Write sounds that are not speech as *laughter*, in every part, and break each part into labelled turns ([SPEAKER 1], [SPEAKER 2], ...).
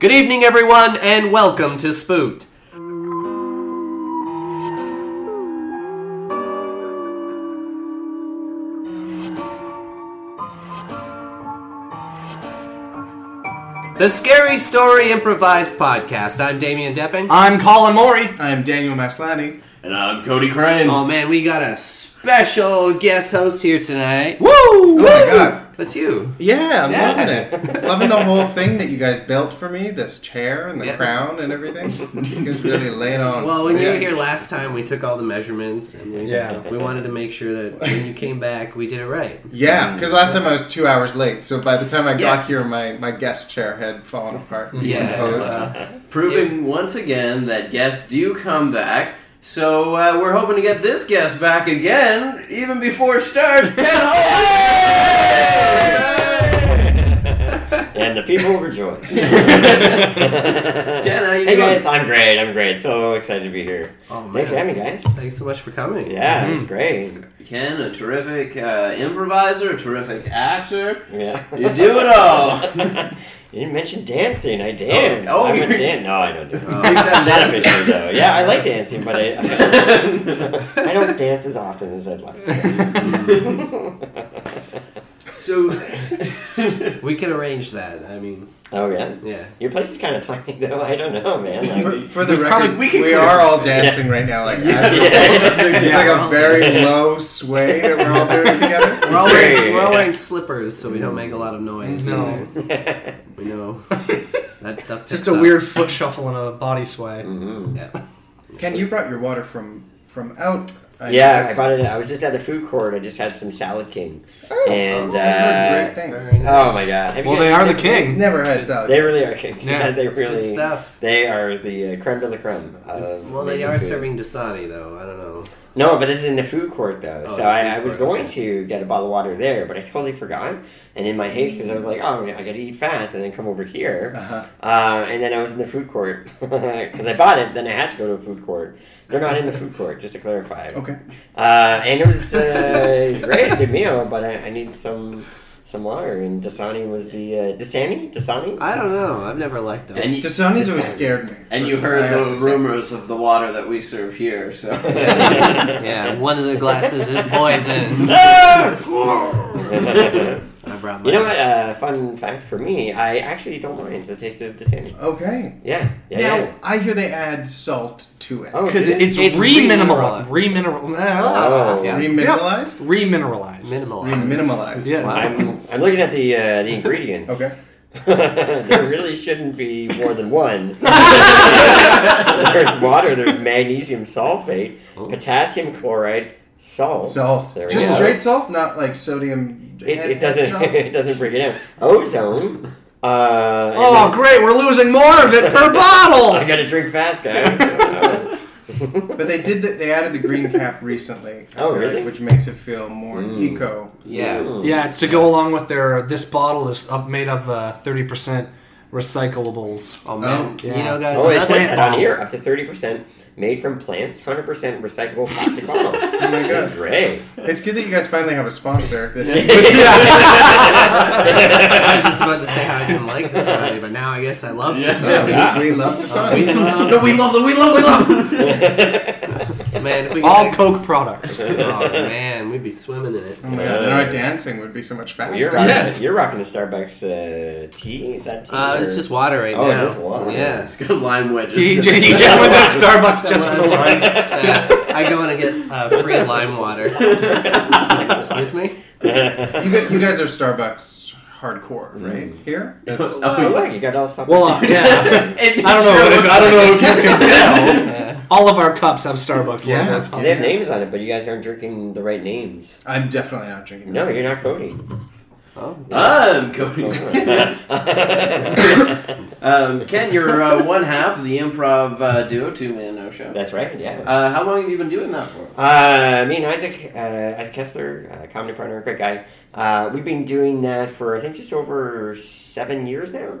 [SPEAKER 1] Good evening, everyone, and welcome to Spooked. The Scary Story Improvised Podcast. I'm Damian Deppin.
[SPEAKER 2] I'm Colin Mori.
[SPEAKER 3] I'm Daniel Maslany.
[SPEAKER 4] And I'm Cody Crane.
[SPEAKER 1] Oh man, we got a special guest host here tonight.
[SPEAKER 2] Woo!
[SPEAKER 3] Oh my god.
[SPEAKER 1] That's you.
[SPEAKER 3] Yeah, I'm
[SPEAKER 1] Yeah.
[SPEAKER 3] loving it. loving the whole thing that you guys built for me, this chair and the
[SPEAKER 1] Yeah.
[SPEAKER 3] crown and everything. You guys really laid on.
[SPEAKER 1] Well, when you were
[SPEAKER 3] Yeah.
[SPEAKER 1] here last time, we took all the measurements, and we,
[SPEAKER 2] Yeah.
[SPEAKER 1] we wanted to make sure that when you came back, we did it right.
[SPEAKER 3] Yeah, because last time I was two hours late, so by the time I
[SPEAKER 1] Yeah.
[SPEAKER 3] got here, my, my guest chair had fallen apart.
[SPEAKER 1] Yeah, uh,
[SPEAKER 3] Decomposed.
[SPEAKER 1] well,
[SPEAKER 4] Proving once again that guests do come back. So uh, we're hoping to get this guest back again, even before it starts.
[SPEAKER 3] *laughs*
[SPEAKER 4] Ted Hogan!
[SPEAKER 5] and the
[SPEAKER 4] *laughs*
[SPEAKER 5] people rejoice.
[SPEAKER 4] Jen, how you
[SPEAKER 5] hey
[SPEAKER 4] doing?
[SPEAKER 5] guys, I'm great. I'm great. So excited to be here.
[SPEAKER 1] oh man,
[SPEAKER 5] Thanks for having me, guys.
[SPEAKER 1] Thanks so much for coming.
[SPEAKER 5] Yeah,
[SPEAKER 4] Mm-hmm.
[SPEAKER 2] Mhm.
[SPEAKER 5] it's great.
[SPEAKER 4] Ken, a terrific uh, improviser, a terrific actor.
[SPEAKER 5] Yeah,
[SPEAKER 4] You do it all.
[SPEAKER 5] *laughs* you didn't mention dancing. I dance.
[SPEAKER 4] Oh, oh,
[SPEAKER 5] I'm a
[SPEAKER 4] you're-
[SPEAKER 5] dan- No, I don't do.
[SPEAKER 1] Oh.
[SPEAKER 5] Big time
[SPEAKER 4] dancing.
[SPEAKER 5] though. Yeah, I like dancing, but
[SPEAKER 4] *laughs*
[SPEAKER 5] I, I don't dance as often as I'd like.
[SPEAKER 4] *laughs*
[SPEAKER 5] *laughs*
[SPEAKER 3] *laughs*
[SPEAKER 4] so,
[SPEAKER 1] *laughs* we can arrange that. I mean,
[SPEAKER 5] oh yeah,
[SPEAKER 1] yeah.
[SPEAKER 5] *laughs* your place is kind of tiny though. I don't know, man. *laughs* Like,
[SPEAKER 3] For, for the
[SPEAKER 2] We
[SPEAKER 3] record,
[SPEAKER 2] probably-
[SPEAKER 4] we
[SPEAKER 3] we,
[SPEAKER 4] can clear
[SPEAKER 3] are all
[SPEAKER 5] Yeah.
[SPEAKER 3] dancing right now. Like
[SPEAKER 4] Yeah.
[SPEAKER 3] it's like- it's like
[SPEAKER 1] Yeah.
[SPEAKER 3] a very low sway that we're all doing together.
[SPEAKER 1] *laughs* We're all, wearing, we're all wearing slippers, so we don't make a lot of noise.
[SPEAKER 2] No.
[SPEAKER 1] either. we know that stuff.
[SPEAKER 2] Just
[SPEAKER 1] picks
[SPEAKER 2] a
[SPEAKER 1] up.
[SPEAKER 2] weird foot shuffle and a body sway.
[SPEAKER 4] Mm-hmm.
[SPEAKER 5] mhm.
[SPEAKER 1] Yeah.
[SPEAKER 3] Ken, you brought your water from from out. I
[SPEAKER 5] Yeah,
[SPEAKER 3] guess.
[SPEAKER 5] I bought it. I was just at the food court. I just had some salad king.
[SPEAKER 3] Oh,
[SPEAKER 5] and,
[SPEAKER 3] oh, I've heard
[SPEAKER 5] uh,
[SPEAKER 3] great things.
[SPEAKER 1] Very nice.
[SPEAKER 5] Oh my god! Have you
[SPEAKER 2] Well,
[SPEAKER 5] guys-
[SPEAKER 2] they are the
[SPEAKER 3] I've
[SPEAKER 2] king.
[SPEAKER 3] Never had salad.
[SPEAKER 5] They really are kings.
[SPEAKER 2] Yeah.
[SPEAKER 5] Yeah, *laughs* they
[SPEAKER 1] It's
[SPEAKER 5] really.
[SPEAKER 1] good stuff.
[SPEAKER 5] They are the uh, creme de la creme. Of
[SPEAKER 1] Well, they
[SPEAKER 5] amazing
[SPEAKER 1] are
[SPEAKER 5] food.
[SPEAKER 1] serving Dasani though. I don't know.
[SPEAKER 5] No, but this is in the food court though.
[SPEAKER 1] Oh,
[SPEAKER 5] so
[SPEAKER 1] the
[SPEAKER 5] I, I
[SPEAKER 1] food
[SPEAKER 5] was
[SPEAKER 1] court,
[SPEAKER 5] going
[SPEAKER 1] okay.
[SPEAKER 5] to get a bottle of water there, but I totally forgot. And in my haste, because I was like, oh, I got to eat fast and then come over here.
[SPEAKER 3] Uh-huh.
[SPEAKER 5] Uh, and then I was in the food court *laughs* because I bought it. Then I had to go to a food court. They're not in the food court, just to clarify.
[SPEAKER 3] Okay.
[SPEAKER 5] Uh, and it
[SPEAKER 1] *laughs*
[SPEAKER 5] was uh, great, good meal, but I, I need some some water. And Dasani was the uh, Dasani, Dasani.
[SPEAKER 1] I don't know. I've never liked them.
[SPEAKER 4] and
[SPEAKER 5] *laughs*
[SPEAKER 4] you,
[SPEAKER 3] Dasani's always
[SPEAKER 5] Dasani.
[SPEAKER 3] scared me.
[SPEAKER 4] and
[SPEAKER 3] *laughs*
[SPEAKER 4] you
[SPEAKER 3] I
[SPEAKER 4] heard
[SPEAKER 3] have
[SPEAKER 4] the
[SPEAKER 3] to say.
[SPEAKER 4] rumors of the water that we serve here,
[SPEAKER 3] *laughs*
[SPEAKER 4] so.
[SPEAKER 1] yeah, one of the glasses is
[SPEAKER 5] *laughs*
[SPEAKER 1] poison. I brought my.
[SPEAKER 5] *laughs* You know what? Uh, fun fact for me, I actually don't mind the taste of Dasani.
[SPEAKER 3] Okay.
[SPEAKER 5] Yeah, yeah,
[SPEAKER 3] now
[SPEAKER 5] yeah.
[SPEAKER 3] I hear they add salt to it.
[SPEAKER 5] Oh,
[SPEAKER 2] Because
[SPEAKER 5] do they?
[SPEAKER 2] it's,
[SPEAKER 1] It's
[SPEAKER 2] remineral, remineral,
[SPEAKER 5] Oh.
[SPEAKER 2] yeah.
[SPEAKER 3] Remineralized.
[SPEAKER 2] remineralized.
[SPEAKER 1] Minimal.
[SPEAKER 3] Reminimalized.
[SPEAKER 2] Yeah.
[SPEAKER 5] I'm, I'm looking at the uh, the ingredients.
[SPEAKER 3] Okay.
[SPEAKER 5] *laughs* there really shouldn't be more
[SPEAKER 1] *laughs*
[SPEAKER 5] than one. there's water. There's magnesium sulfate,
[SPEAKER 1] Oh.
[SPEAKER 5] potassium chloride, salt.
[SPEAKER 3] Salt.
[SPEAKER 5] There we
[SPEAKER 3] Just
[SPEAKER 5] go.
[SPEAKER 3] straight salt, not like sodium.
[SPEAKER 5] It,
[SPEAKER 3] head-
[SPEAKER 5] it doesn't. *laughs*
[SPEAKER 3] head
[SPEAKER 5] It doesn't break it down. Ozone. Uh, and
[SPEAKER 2] Oh,
[SPEAKER 5] then-
[SPEAKER 2] great! We're losing more of it per
[SPEAKER 5] I *laughs*
[SPEAKER 2] bottle.
[SPEAKER 5] gotta drink
[SPEAKER 1] *laughs*
[SPEAKER 5] fast, guys.
[SPEAKER 3] job. but they did. The, they added the green
[SPEAKER 5] *laughs*
[SPEAKER 3] cap recently. I
[SPEAKER 5] Oh,
[SPEAKER 3] feel like,
[SPEAKER 5] really?
[SPEAKER 3] which makes it feel more
[SPEAKER 5] Mm.
[SPEAKER 3] eco.
[SPEAKER 1] Yeah.
[SPEAKER 5] Mm.
[SPEAKER 2] Yeah, it's to go along with their. This bottle is up, made of uh, thirty percent recyclables.
[SPEAKER 1] Oh man.
[SPEAKER 2] Yeah.
[SPEAKER 1] You know, guys.
[SPEAKER 5] Oh, it
[SPEAKER 1] another-
[SPEAKER 5] says that on here. Up to thirty percent made from plants, hundred percent recyclable plastic bottle.
[SPEAKER 1] *laughs*
[SPEAKER 3] Oh my
[SPEAKER 5] That's
[SPEAKER 3] god!
[SPEAKER 5] great.
[SPEAKER 3] It's good that you guys finally have a
[SPEAKER 5] *laughs*
[SPEAKER 3] sponsor. This.
[SPEAKER 1] I was just about to say how I didn't like Dasani, but now I guess I love
[SPEAKER 4] Yeah.
[SPEAKER 3] Yeah,
[SPEAKER 1] Dasani.
[SPEAKER 3] we,
[SPEAKER 5] Yeah.
[SPEAKER 3] we
[SPEAKER 5] *laughs*
[SPEAKER 3] love the
[SPEAKER 1] We
[SPEAKER 3] sun. *laughs*
[SPEAKER 1] love-
[SPEAKER 4] we love them, we love them,
[SPEAKER 2] *laughs*
[SPEAKER 4] we love
[SPEAKER 1] man, if we could-
[SPEAKER 2] All Coke products.
[SPEAKER 1] oh man, we'd be swimming in it.
[SPEAKER 3] Oh my god! And our dancing would be so much faster.
[SPEAKER 5] You're rocking,
[SPEAKER 2] Yes.
[SPEAKER 5] you're rocking the Starbucks uh, tea. Is that tea?
[SPEAKER 1] Uh,
[SPEAKER 5] or-
[SPEAKER 1] it's just water right
[SPEAKER 5] Oh,
[SPEAKER 1] now.
[SPEAKER 5] just water.
[SPEAKER 1] Yeah.
[SPEAKER 4] It's got lime wedges.
[SPEAKER 2] he, j- he just
[SPEAKER 1] *laughs*
[SPEAKER 2] went to Starbucks just for the lines.
[SPEAKER 1] Yeah, I go in and get uh, free lime water. Excuse me.
[SPEAKER 3] You guys, you guys are Starbucks hardcore, right? Here,
[SPEAKER 4] Um,
[SPEAKER 3] That's-
[SPEAKER 5] *laughs* *laughs* oh, look, you got all stuff.
[SPEAKER 2] Well, uh, yeah.
[SPEAKER 4] It
[SPEAKER 2] I don't know.
[SPEAKER 4] sure
[SPEAKER 2] but if,
[SPEAKER 4] looks
[SPEAKER 2] I don't
[SPEAKER 4] like it.
[SPEAKER 2] know if you can tell.
[SPEAKER 1] Yeah.
[SPEAKER 2] All of our cups have Starbucks
[SPEAKER 3] Yeah.
[SPEAKER 2] logos. on
[SPEAKER 5] *laughs* they have
[SPEAKER 2] them.
[SPEAKER 5] names on it, but you guys aren't drinking the right names.
[SPEAKER 3] *laughs* I'm definitely not drinking.
[SPEAKER 5] No,
[SPEAKER 3] that.
[SPEAKER 5] you're not Cody.
[SPEAKER 1] Oh,
[SPEAKER 4] I'm Cody. *laughs* um, Ken, you're uh, one half of the improv uh, duo, Two Man No Show.
[SPEAKER 5] That's right. Yeah.
[SPEAKER 4] Uh, how long have you been doing that for?
[SPEAKER 5] Uh, me and Isaac, uh, Isaac Kessler, uh, comedy partner, great guy. Uh, we've been doing that for I think just over seven years now.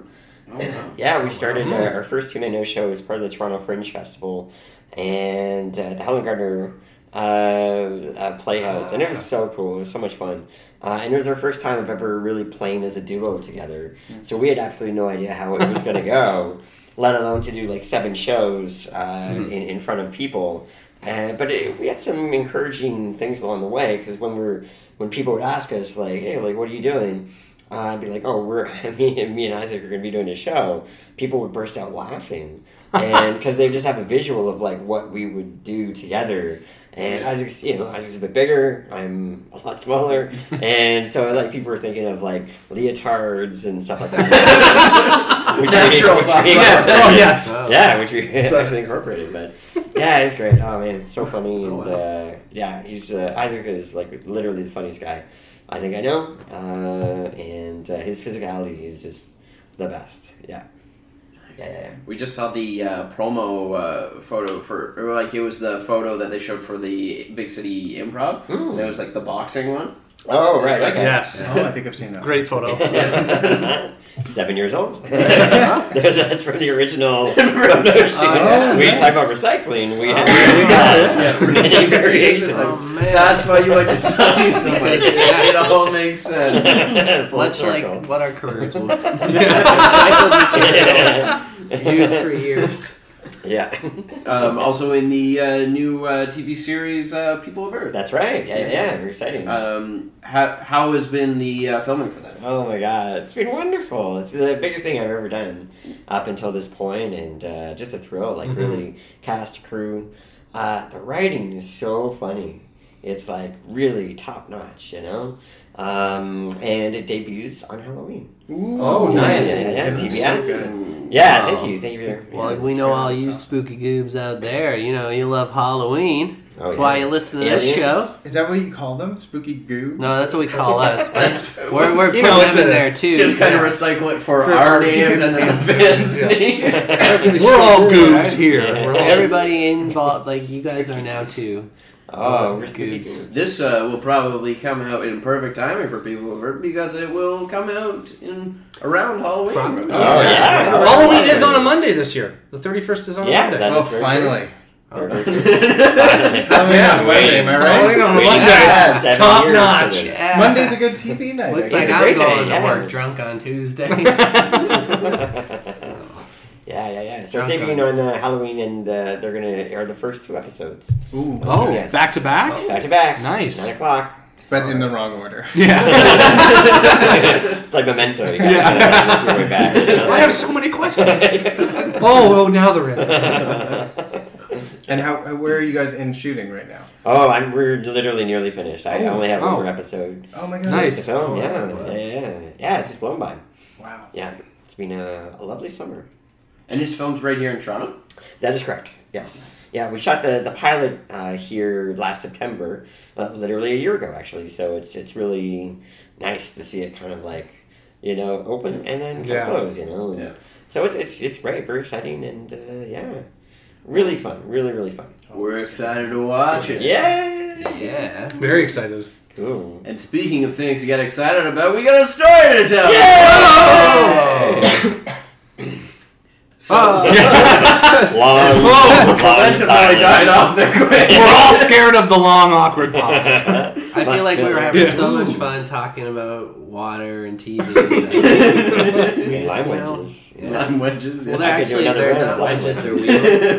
[SPEAKER 4] Oh, wow.
[SPEAKER 5] Yeah, we started uh, our first Tuna No Show as part of the Toronto Fringe Festival, and uh, the Helen Gardner uh, at Playhouse, and it was so cool. It was so much fun, uh, and it was our first time of ever really playing as a duo together. So we had absolutely no idea how it was gonna go, let alone to do like seven shows uh, in in front of people. Uh, but it, we had some encouraging things along the way because when we're when people would ask us like, "Hey, like, what are you doing?" Uh, I'd be like, "Oh, we're *laughs* me and me and Isaac are gonna be doing a show." People would burst out laughing, and *laughs* because they just have a visual of like what we would do together. And Isaac's, you know, Isaac's a bit bigger. I'm a lot *laughs* smaller, and so like people were thinking of like leotards and stuff like *laughs* that. Which we-
[SPEAKER 4] Natural
[SPEAKER 5] which we-
[SPEAKER 4] thought
[SPEAKER 5] *laughs* yes,
[SPEAKER 4] process.
[SPEAKER 2] Oh, yes.
[SPEAKER 1] Oh.
[SPEAKER 5] yeah, which we *laughs* actually incorporated, but yeah, it's great. Oh man, it's so funny, and uh, yeah, he's uh, Isaac is like literally the funniest guy I think I know, uh, and uh, his physicality is just the best. Yeah, yeah,
[SPEAKER 4] We just saw the uh, promo uh, photo for, or like it was the photo that they showed for the Big City Improv,
[SPEAKER 5] Hmm.
[SPEAKER 4] and it was like the boxing one.
[SPEAKER 5] Oh right, okay.
[SPEAKER 2] Yes.
[SPEAKER 3] Oh, I think I've seen that. *laughs*
[SPEAKER 5] *laughs*
[SPEAKER 2] Great photo.
[SPEAKER 4] Yeah.
[SPEAKER 5] Seven years old. That's that's from the original. promotion.
[SPEAKER 3] Oh,
[SPEAKER 5] we
[SPEAKER 3] nice.
[SPEAKER 5] talk about recycling. We had
[SPEAKER 4] *laughs*
[SPEAKER 2] Yeah.
[SPEAKER 5] many
[SPEAKER 2] *laughs*
[SPEAKER 5] variations.
[SPEAKER 1] Oh, man.
[SPEAKER 4] That's why you like to sell so much.
[SPEAKER 1] Yeah.
[SPEAKER 4] It all makes sense.
[SPEAKER 5] Full
[SPEAKER 1] Much
[SPEAKER 5] circle.
[SPEAKER 1] like what our careers
[SPEAKER 2] *laughs*
[SPEAKER 1] will It's recycled material *laughs*
[SPEAKER 5] *laughs*
[SPEAKER 1] used for years.
[SPEAKER 5] yeah.
[SPEAKER 4] Um, also in the uh, new uh, TV series, uh, People of Earth.
[SPEAKER 5] That's right. Yeah, yeah, very exciting.
[SPEAKER 4] Um, how, how has been the uh, filming for that?
[SPEAKER 5] oh my god, it's been wonderful. It's the biggest thing I've ever done up until this point, and uh, just a thrill. Like really, cast crew. Uh, the writing is so funny. It's like really top notch, you know. Um, and it debuts on Halloween.
[SPEAKER 3] Ooh.
[SPEAKER 2] Oh, nice.
[SPEAKER 5] Yeah, yeah,
[SPEAKER 3] That's so
[SPEAKER 5] TBS.
[SPEAKER 3] good.
[SPEAKER 5] Yeah,
[SPEAKER 1] Wow.
[SPEAKER 5] thank you, thank you. for-
[SPEAKER 1] Well,
[SPEAKER 5] yeah.
[SPEAKER 1] and we know all you spooky goobs out there. You know, you love Halloween.
[SPEAKER 5] Oh,
[SPEAKER 1] That's
[SPEAKER 5] yeah. *laughs*
[SPEAKER 1] why you listen to this
[SPEAKER 5] Aliens.
[SPEAKER 1] show.
[SPEAKER 3] Is that what you call them? Spooky goobs?
[SPEAKER 1] No,
[SPEAKER 3] *laughs*
[SPEAKER 1] that's what we call
[SPEAKER 5] *laughs*
[SPEAKER 1] us, but we're, we're
[SPEAKER 2] You
[SPEAKER 1] putting
[SPEAKER 2] know, it's
[SPEAKER 1] them in
[SPEAKER 2] a-
[SPEAKER 1] there too.
[SPEAKER 4] Just kind of recycle it for,
[SPEAKER 1] For
[SPEAKER 4] our
[SPEAKER 1] our
[SPEAKER 3] names.
[SPEAKER 4] names and then the
[SPEAKER 5] *laughs*
[SPEAKER 4] fans'
[SPEAKER 2] Yeah.
[SPEAKER 4] names.
[SPEAKER 2] We're all goobs
[SPEAKER 1] Right?
[SPEAKER 2] here.
[SPEAKER 5] Yeah.
[SPEAKER 2] We're all-
[SPEAKER 1] Everybody involved, like you guys are now too.
[SPEAKER 5] Oh,
[SPEAKER 1] Oh,
[SPEAKER 5] we're spooky
[SPEAKER 1] goobs.
[SPEAKER 5] goobs.
[SPEAKER 4] This uh, will probably come out in perfect timing for people of Earth because it will come out in around Halloween.
[SPEAKER 2] Probably.
[SPEAKER 4] *laughs*
[SPEAKER 5] Oh, yeah.
[SPEAKER 4] Right around
[SPEAKER 2] Halloween is on
[SPEAKER 5] *laughs*
[SPEAKER 2] a Monday this year. The 31st is on
[SPEAKER 5] Yeah,
[SPEAKER 2] a Monday.
[SPEAKER 5] that
[SPEAKER 3] Oh,
[SPEAKER 5] is very
[SPEAKER 3] finally.
[SPEAKER 5] *laughs*
[SPEAKER 4] Monday.
[SPEAKER 3] Halloween
[SPEAKER 2] Yeah. Oh,
[SPEAKER 3] on Wednesday, Oh, am I
[SPEAKER 2] Halloween
[SPEAKER 3] right?
[SPEAKER 2] on a
[SPEAKER 5] Waiting
[SPEAKER 2] Monday.
[SPEAKER 5] for seven
[SPEAKER 2] Top
[SPEAKER 5] years for
[SPEAKER 2] notch.
[SPEAKER 5] this.
[SPEAKER 1] Yeah.
[SPEAKER 3] Monday's a good TV night.
[SPEAKER 1] Looks
[SPEAKER 3] I
[SPEAKER 1] like
[SPEAKER 5] It's a
[SPEAKER 1] I'm
[SPEAKER 5] great
[SPEAKER 1] going
[SPEAKER 5] day,
[SPEAKER 1] to
[SPEAKER 5] yeah.
[SPEAKER 1] work drunk on Tuesday.
[SPEAKER 5] *laughs* yeah, yeah, yeah. So
[SPEAKER 1] Drunk
[SPEAKER 5] saving on uh, Halloween, and uh, they're gonna air the first two episodes
[SPEAKER 3] guess. Ooh.
[SPEAKER 2] Oh,
[SPEAKER 5] Yes.
[SPEAKER 2] back to back?
[SPEAKER 5] back to back.
[SPEAKER 2] Nice.
[SPEAKER 5] Nine o'clock.
[SPEAKER 3] But in the wrong order.
[SPEAKER 2] *laughs*
[SPEAKER 3] *laughs*
[SPEAKER 2] Yeah.
[SPEAKER 5] it's like memento. You yeah.
[SPEAKER 2] Yeah.
[SPEAKER 5] Your way back. you know?
[SPEAKER 2] I have so many questions. *laughs* Oh, oh, now there is.
[SPEAKER 3] And how? where are you guys in shooting right now?
[SPEAKER 5] *laughs* oh, I'm we're literally nearly finished. I
[SPEAKER 3] Oh,
[SPEAKER 5] only have
[SPEAKER 2] oh.
[SPEAKER 5] one more episode
[SPEAKER 3] Oh my god.
[SPEAKER 5] to
[SPEAKER 2] Nice.
[SPEAKER 5] film.
[SPEAKER 1] Oh,
[SPEAKER 5] yeah,
[SPEAKER 1] wow.
[SPEAKER 5] yeah, yeah, yeah. Yeah, it's just flown by.
[SPEAKER 3] Wow.
[SPEAKER 5] Yeah, it's been a, a lovely summer.
[SPEAKER 4] and it's filmed right here in Toronto.
[SPEAKER 5] That is correct. Yes. Yeah, we shot the, the pilot uh, here last September, uh, literally a year ago, actually. So it's it's really nice to see it kind of like you know open and then kind of
[SPEAKER 2] Yeah.
[SPEAKER 5] close. You know. and
[SPEAKER 4] Yeah.
[SPEAKER 5] So it's it's it's great, very exciting, and uh, yeah, really fun, really really fun.
[SPEAKER 2] Oh,
[SPEAKER 4] We're excited to watch it.
[SPEAKER 5] Yeah.
[SPEAKER 1] yeah.
[SPEAKER 2] Very excited.
[SPEAKER 5] Cool.
[SPEAKER 4] And speaking of things to get excited about, we got a story to tell.
[SPEAKER 5] Yay!
[SPEAKER 4] So,
[SPEAKER 5] Oh.
[SPEAKER 4] *laughs*
[SPEAKER 5] Long,
[SPEAKER 2] Whoa!
[SPEAKER 4] Momentum really died *laughs* off there quick.
[SPEAKER 2] We're all scared of the long, awkward pause. *laughs*
[SPEAKER 1] I feel
[SPEAKER 5] Must
[SPEAKER 1] like we
[SPEAKER 5] go.
[SPEAKER 1] were having
[SPEAKER 2] Yeah.
[SPEAKER 1] so much fun talking about water and
[SPEAKER 5] *laughs*
[SPEAKER 1] TV. and-
[SPEAKER 5] And
[SPEAKER 1] just,
[SPEAKER 5] lime
[SPEAKER 1] you know,
[SPEAKER 4] Lime
[SPEAKER 5] wedges.
[SPEAKER 1] well,
[SPEAKER 4] wedges. yeah.
[SPEAKER 1] they're
[SPEAKER 5] I could do
[SPEAKER 1] actually
[SPEAKER 5] another
[SPEAKER 1] they're
[SPEAKER 5] round of
[SPEAKER 1] not
[SPEAKER 5] lime
[SPEAKER 1] wedges, they're
[SPEAKER 5] wedges.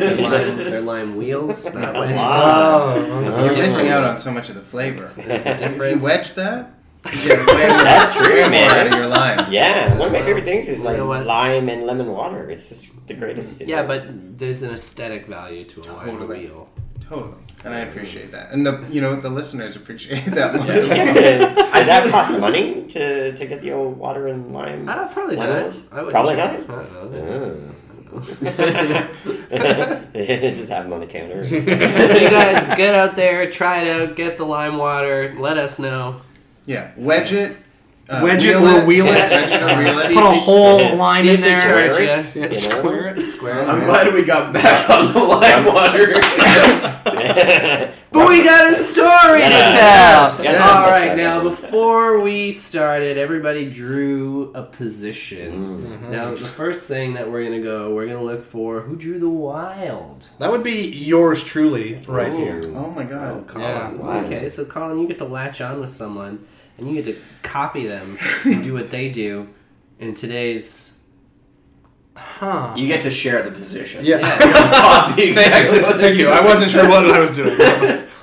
[SPEAKER 1] wheels.
[SPEAKER 5] *laughs*
[SPEAKER 1] They're lime, they're lime wheels, not wedges.
[SPEAKER 2] Uh,
[SPEAKER 5] Wow.
[SPEAKER 2] Oh,
[SPEAKER 3] You're missing out
[SPEAKER 5] Difference.
[SPEAKER 3] on so much of the
[SPEAKER 5] *laughs*
[SPEAKER 3] flavor.
[SPEAKER 1] There's a
[SPEAKER 3] If you
[SPEAKER 1] difference.
[SPEAKER 3] wedge that, you get way more,
[SPEAKER 5] That's true,
[SPEAKER 3] way more
[SPEAKER 5] man.
[SPEAKER 3] out of your line.
[SPEAKER 5] Yeah, one of my favorite things is
[SPEAKER 1] You
[SPEAKER 5] like
[SPEAKER 1] know what?
[SPEAKER 5] lime and lemon water. It's just the greatest. you
[SPEAKER 1] Yeah,
[SPEAKER 5] know? *laughs*
[SPEAKER 1] but there's an aesthetic value to a lime
[SPEAKER 3] Totally.
[SPEAKER 1] wheel.
[SPEAKER 3] Totally. And I appreciate that. And the you know the listeners appreciate that most
[SPEAKER 5] Did
[SPEAKER 3] of
[SPEAKER 1] *laughs*
[SPEAKER 3] all.
[SPEAKER 5] that cost money to, to get the old water and lime? *laughs*
[SPEAKER 1] Uh, probably
[SPEAKER 5] Lime
[SPEAKER 1] not.
[SPEAKER 5] wheels?
[SPEAKER 1] I would
[SPEAKER 5] Probably
[SPEAKER 1] try.
[SPEAKER 5] not?
[SPEAKER 1] I don't know.
[SPEAKER 5] Oh.
[SPEAKER 1] *laughs* know.
[SPEAKER 5] Just have them on the
[SPEAKER 1] *laughs*
[SPEAKER 5] counter.
[SPEAKER 1] you guys
[SPEAKER 5] *laughs*
[SPEAKER 1] get out there, try it out, get the lime water, let us know.
[SPEAKER 3] Yeah. Wedge it, uh,
[SPEAKER 2] Wedge it or wheel it.
[SPEAKER 3] Wedge it or wheel
[SPEAKER 1] See
[SPEAKER 3] it.
[SPEAKER 2] Put a
[SPEAKER 1] if you-
[SPEAKER 2] whole line
[SPEAKER 1] see
[SPEAKER 2] in
[SPEAKER 1] if they
[SPEAKER 2] there.
[SPEAKER 5] charge
[SPEAKER 2] yeah,
[SPEAKER 5] it, you know?
[SPEAKER 2] square it.
[SPEAKER 1] Square.
[SPEAKER 4] I'm
[SPEAKER 1] man.
[SPEAKER 4] glad we got back on the lime water. *laughs*
[SPEAKER 1] But we got a story
[SPEAKER 5] Yes,
[SPEAKER 1] to tell.
[SPEAKER 5] yes, yes.
[SPEAKER 1] All right, now before we started, everybody drew a position.
[SPEAKER 2] Mm-hmm.
[SPEAKER 1] Now the first thing that we're gonna go, we're gonna look for who drew the wild.
[SPEAKER 2] That would be yours truly right here.
[SPEAKER 5] Ooh.
[SPEAKER 3] Oh my god.
[SPEAKER 1] Colin.
[SPEAKER 2] Yeah,
[SPEAKER 5] wild.
[SPEAKER 1] Okay, so Colin, you get to latch on with someone, and you get to copy them, and do what they do. In today's
[SPEAKER 2] Huh.
[SPEAKER 4] You get to share the position.
[SPEAKER 2] Yeah.
[SPEAKER 4] Copy *laughs* exactly what they're
[SPEAKER 2] Thank you.
[SPEAKER 4] doing.
[SPEAKER 2] I wasn't sure what I was
[SPEAKER 3] *laughs*
[SPEAKER 2] doing.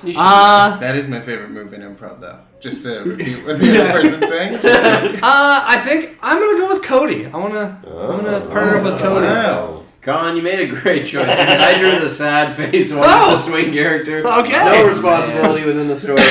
[SPEAKER 1] you should-
[SPEAKER 2] *laughs* *laughs* Uh,
[SPEAKER 3] That is my favorite move in improv, though. Just to repeat what the other person's saying.
[SPEAKER 2] uh, I think I'm gonna go with Cody. I wanna, I'm gonna partner up with Cody. *laughs*
[SPEAKER 3] Wow. *laughs*
[SPEAKER 4] Colin, you made a great choice because I drew the sad face one.
[SPEAKER 2] Oh!
[SPEAKER 4] It's a swing character.
[SPEAKER 2] Okay.
[SPEAKER 4] No responsibility within the story.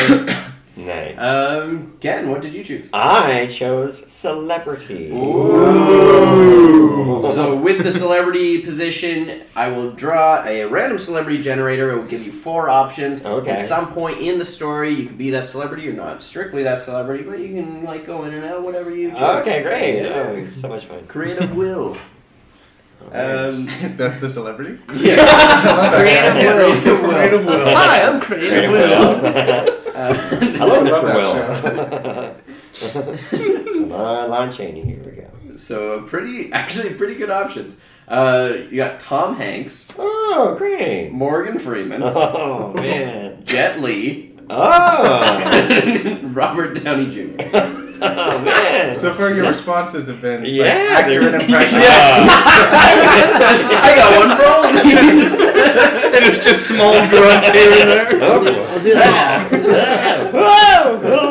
[SPEAKER 5] Nice.
[SPEAKER 4] Um, Ken, what did you choose?
[SPEAKER 5] I chose celebrity.
[SPEAKER 4] Ooh. So with the celebrity position, I will draw a random celebrity generator. It will give you four options.
[SPEAKER 5] Okay.
[SPEAKER 4] At some point in the story, you can be that celebrity. or not strictly that celebrity, but you can like go in and out, whatever you choose.
[SPEAKER 5] Okay, great.
[SPEAKER 4] Yeah.
[SPEAKER 5] Oh, so much fun.
[SPEAKER 4] Creative will. Um,
[SPEAKER 3] That's the celebrity.
[SPEAKER 1] creative will.
[SPEAKER 4] creative will.
[SPEAKER 2] Creative *laughs* will.
[SPEAKER 1] Hi, I'm creative
[SPEAKER 5] Creative
[SPEAKER 1] will.
[SPEAKER 5] *laughs* Will.
[SPEAKER 4] Uh,
[SPEAKER 5] Hello,
[SPEAKER 3] Love that
[SPEAKER 5] Mr. Will. uh, Lon Chaney, here we go.
[SPEAKER 4] so a pretty, *laughs* actually, pretty good options. Uh, you got Tom Hanks,
[SPEAKER 5] Oh, great.
[SPEAKER 4] Morgan Freeman,
[SPEAKER 5] *laughs* Oh, man.
[SPEAKER 4] Jet
[SPEAKER 5] *laughs*
[SPEAKER 4] Li,
[SPEAKER 5] Oh.
[SPEAKER 4] *laughs* Robert Downey Jr.
[SPEAKER 5] oh, man.
[SPEAKER 3] So far, your
[SPEAKER 5] Yes.
[SPEAKER 3] responses have been like,
[SPEAKER 5] Yeah,
[SPEAKER 3] actor
[SPEAKER 5] they're-
[SPEAKER 3] and impression.
[SPEAKER 4] I got one for all of these.
[SPEAKER 2] And it's just small grunts here and there.
[SPEAKER 1] I'll do,
[SPEAKER 5] Oh.
[SPEAKER 1] *laughs* I'll do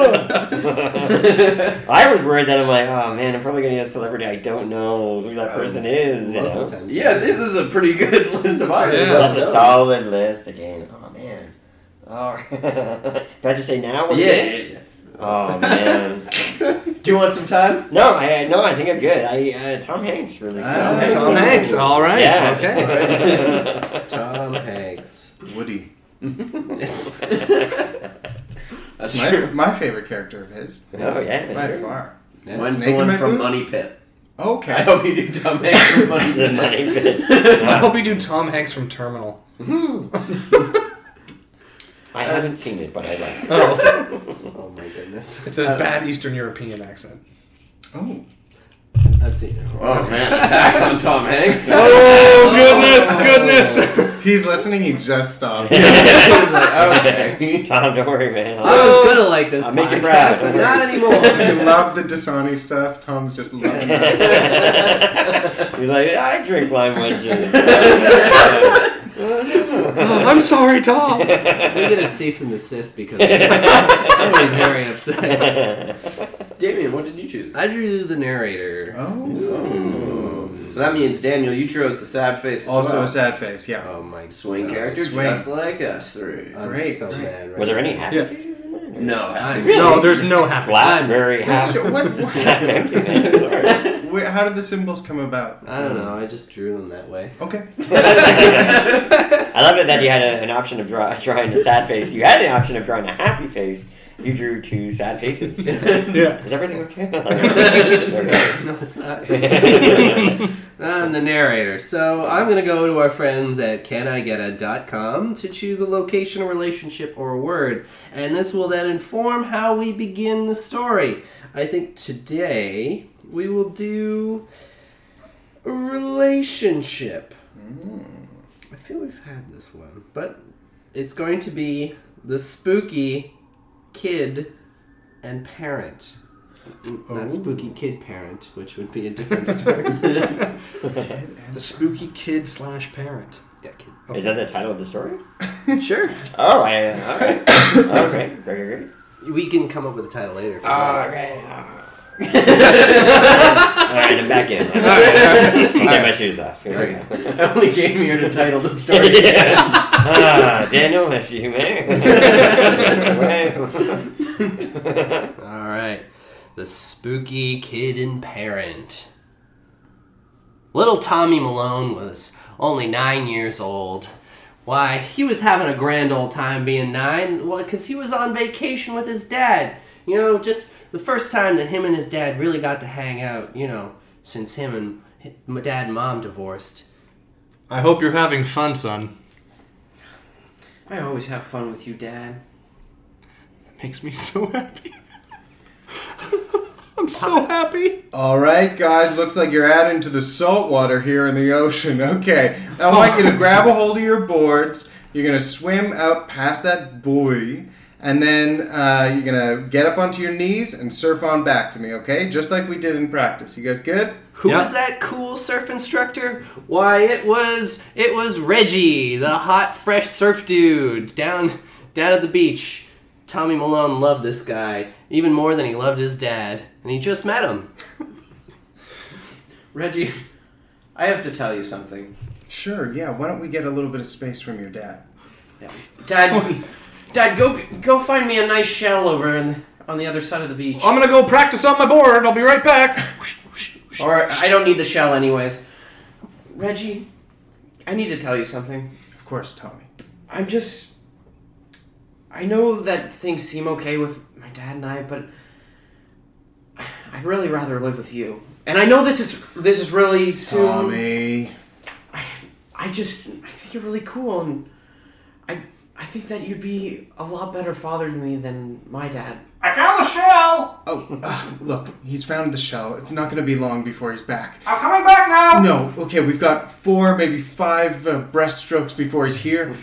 [SPEAKER 1] that.
[SPEAKER 5] *laughs* I was worried that I'm like, oh man, I'm probably gonna get a celebrity I don't know who that person is. You
[SPEAKER 1] Most of the
[SPEAKER 5] know?
[SPEAKER 1] time.
[SPEAKER 4] yeah, this is a pretty good *laughs* list of ours.
[SPEAKER 2] Yeah.
[SPEAKER 5] That's a solid list again. Oh man. Oh, *laughs* do I just say now? What it is?
[SPEAKER 4] Yeah.
[SPEAKER 5] Oh man.
[SPEAKER 4] *laughs* Do you want some time?
[SPEAKER 5] No, I no, I think I'm good. I uh, Tom Hanks really.
[SPEAKER 4] Ah,
[SPEAKER 5] stuck out.
[SPEAKER 4] Tom
[SPEAKER 2] Tom Hanks. All right.
[SPEAKER 5] Yeah. *laughs*
[SPEAKER 2] Okay.
[SPEAKER 1] Tom Hanks.
[SPEAKER 3] Woody.
[SPEAKER 4] *laughs* That's
[SPEAKER 3] My,
[SPEAKER 4] true.
[SPEAKER 3] my favorite character of his.
[SPEAKER 5] oh yeah.
[SPEAKER 3] By
[SPEAKER 5] sure.
[SPEAKER 3] far.
[SPEAKER 4] Mine's the
[SPEAKER 3] Snake in
[SPEAKER 4] one
[SPEAKER 3] my
[SPEAKER 4] from
[SPEAKER 3] boot?
[SPEAKER 4] Money Pit. I
[SPEAKER 3] Okay.
[SPEAKER 4] hope you do Tom Hanks from
[SPEAKER 5] *laughs*
[SPEAKER 4] Money
[SPEAKER 5] The
[SPEAKER 4] Pit.
[SPEAKER 5] money pit.
[SPEAKER 2] I hope you do Tom Hanks from Terminal.
[SPEAKER 5] I haven't seen it, but I like. It.
[SPEAKER 2] Oh, *laughs*
[SPEAKER 1] Oh my goodness. *laughs*
[SPEAKER 2] it's a bad Eastern European accent.
[SPEAKER 3] Oh.
[SPEAKER 1] I've seen it.
[SPEAKER 4] *laughs* Oh man, attack on Tom Hanks.
[SPEAKER 5] *laughs*
[SPEAKER 2] Oh goodness, goodness.
[SPEAKER 3] He's listening, he just stopped.
[SPEAKER 4] He's like, okay.
[SPEAKER 5] Tom, *laughs* don't worry, man.
[SPEAKER 1] I was gonna like this
[SPEAKER 5] I'll make you proud.
[SPEAKER 1] podcast, but not
[SPEAKER 3] I *laughs*
[SPEAKER 1] anymore.
[SPEAKER 3] love the Dasani stuff. Tom's just loving it.
[SPEAKER 5] *laughs* He's like, I drink lime wedge.
[SPEAKER 2] I'm sorry, Tom.
[SPEAKER 1] we get a cease and desist because of this. I'm gonna be very upset.
[SPEAKER 4] Damien, what did you choose?
[SPEAKER 1] I drew the narrator.
[SPEAKER 3] *laughs* Oh.
[SPEAKER 4] So that means Daniel, you chose the sad face. as
[SPEAKER 3] Oh, Also
[SPEAKER 4] well.
[SPEAKER 3] a sad face, yeah.
[SPEAKER 1] Oh my
[SPEAKER 4] swing
[SPEAKER 1] God.
[SPEAKER 4] character,
[SPEAKER 3] Swing.
[SPEAKER 4] just like us three.
[SPEAKER 1] I'm
[SPEAKER 3] Great.
[SPEAKER 1] so mad right
[SPEAKER 5] Were there
[SPEAKER 1] now.
[SPEAKER 5] any happy
[SPEAKER 2] Yeah.
[SPEAKER 5] faces in there?
[SPEAKER 4] No,
[SPEAKER 1] I'm-
[SPEAKER 4] really?
[SPEAKER 2] *laughs* No, *laughs* there's no happy.
[SPEAKER 5] Glassberry
[SPEAKER 3] What's
[SPEAKER 5] half,
[SPEAKER 3] the- what-
[SPEAKER 5] half
[SPEAKER 3] *laughs* what-
[SPEAKER 5] empty. man.
[SPEAKER 4] *laughs*
[SPEAKER 3] where- how did the symbols come about?
[SPEAKER 1] I don't know. I just drew them that
[SPEAKER 3] *laughs*
[SPEAKER 1] way.
[SPEAKER 3] Okay.
[SPEAKER 5] *laughs* I loved it that you had a, an option of draw, drawing a sad face. You had an option of drawing a happy face. You drew two sad faces.
[SPEAKER 2] Yeah.
[SPEAKER 5] Is everything okay? *laughs*
[SPEAKER 1] no, it's not. I'm the narrator, so I'm gonna go to our friends at canigeta.com to choose a location, a relationship, or a word, and this will then inform how we begin the story. I think today we will do a relationship. I feel we've had this one, but it's going to be the spooky kid and parent. Not spooky kid parent, which would be a different story.
[SPEAKER 2] The spooky kid slash parent.
[SPEAKER 1] yeah, kid.
[SPEAKER 5] Is that the title of the story?
[SPEAKER 1] Sure.
[SPEAKER 5] Oh, I, okay. Okay, great, great, great.
[SPEAKER 1] We can come up with a title
[SPEAKER 4] *laughs*
[SPEAKER 1] later. If you like.
[SPEAKER 5] Alright, *laughs* I'm back *laughs* in. I'm
[SPEAKER 2] Alright,
[SPEAKER 5] back in. I'll Get my shoes off. Here we go.
[SPEAKER 4] I only came here to title the story.
[SPEAKER 5] *laughs* Ah, Daniel, if you may. *laughs*
[SPEAKER 1] All right. The spooky kid and parent. Little Tommy Malone was only nine years old. Why, he was having a grand old time being nine, because he was on vacation with his dad. You know, just the first time that him and his dad really got to hang out, you know, since him and hi- my dad and mom divorced.
[SPEAKER 2] I hope you're having fun, son.
[SPEAKER 4] *laughs* I always have fun with you, Dad.
[SPEAKER 2] That makes me *laughs* so happy. I'm so happy.
[SPEAKER 3] All right, guys. Looks like you're out into the salt water here in the ocean. *laughs* Okay, I want you to grab a hold of your boards. You're gonna swim out past that buoy, and then uh, you're gonna get up onto your knees and surf on back to me. Okay, just like we did in practice. You guys good?
[SPEAKER 1] Who
[SPEAKER 2] Yeah.
[SPEAKER 1] was that cool surf instructor? Why, it was it was Reggie, the hot fresh surf dude down down at the beach. Tommy Malone loved this guy even more than he loved his dad, and he just met him.
[SPEAKER 4] Reggie, I have to tell you something.
[SPEAKER 3] Sure. Yeah. Why don't we get a little bit of space from your dad?
[SPEAKER 4] Yeah. Dad, Dad, go go find me a nice shell over in, on the other side of the beach.
[SPEAKER 2] I'm gonna go practice on my board. I'll be right back.
[SPEAKER 4] or I don't need the shell anyways. Reggie, I need to tell you something.
[SPEAKER 3] Of course, Tommy.
[SPEAKER 4] I'm just. I know that things seem okay with my dad and I, but I'd really rather live with you. And I know this is this is really soon.
[SPEAKER 3] Tommy.
[SPEAKER 4] I, I just I think you're really cool, and I I think that you'd be a lot better father to me than my dad.
[SPEAKER 6] I found the shell!
[SPEAKER 3] Oh, uh, look. He's found the shell. It's not gonna be long before he's back.
[SPEAKER 6] I'm coming back now!
[SPEAKER 3] No. Okay, we've got four, maybe five uh, breaststrokes before he's here.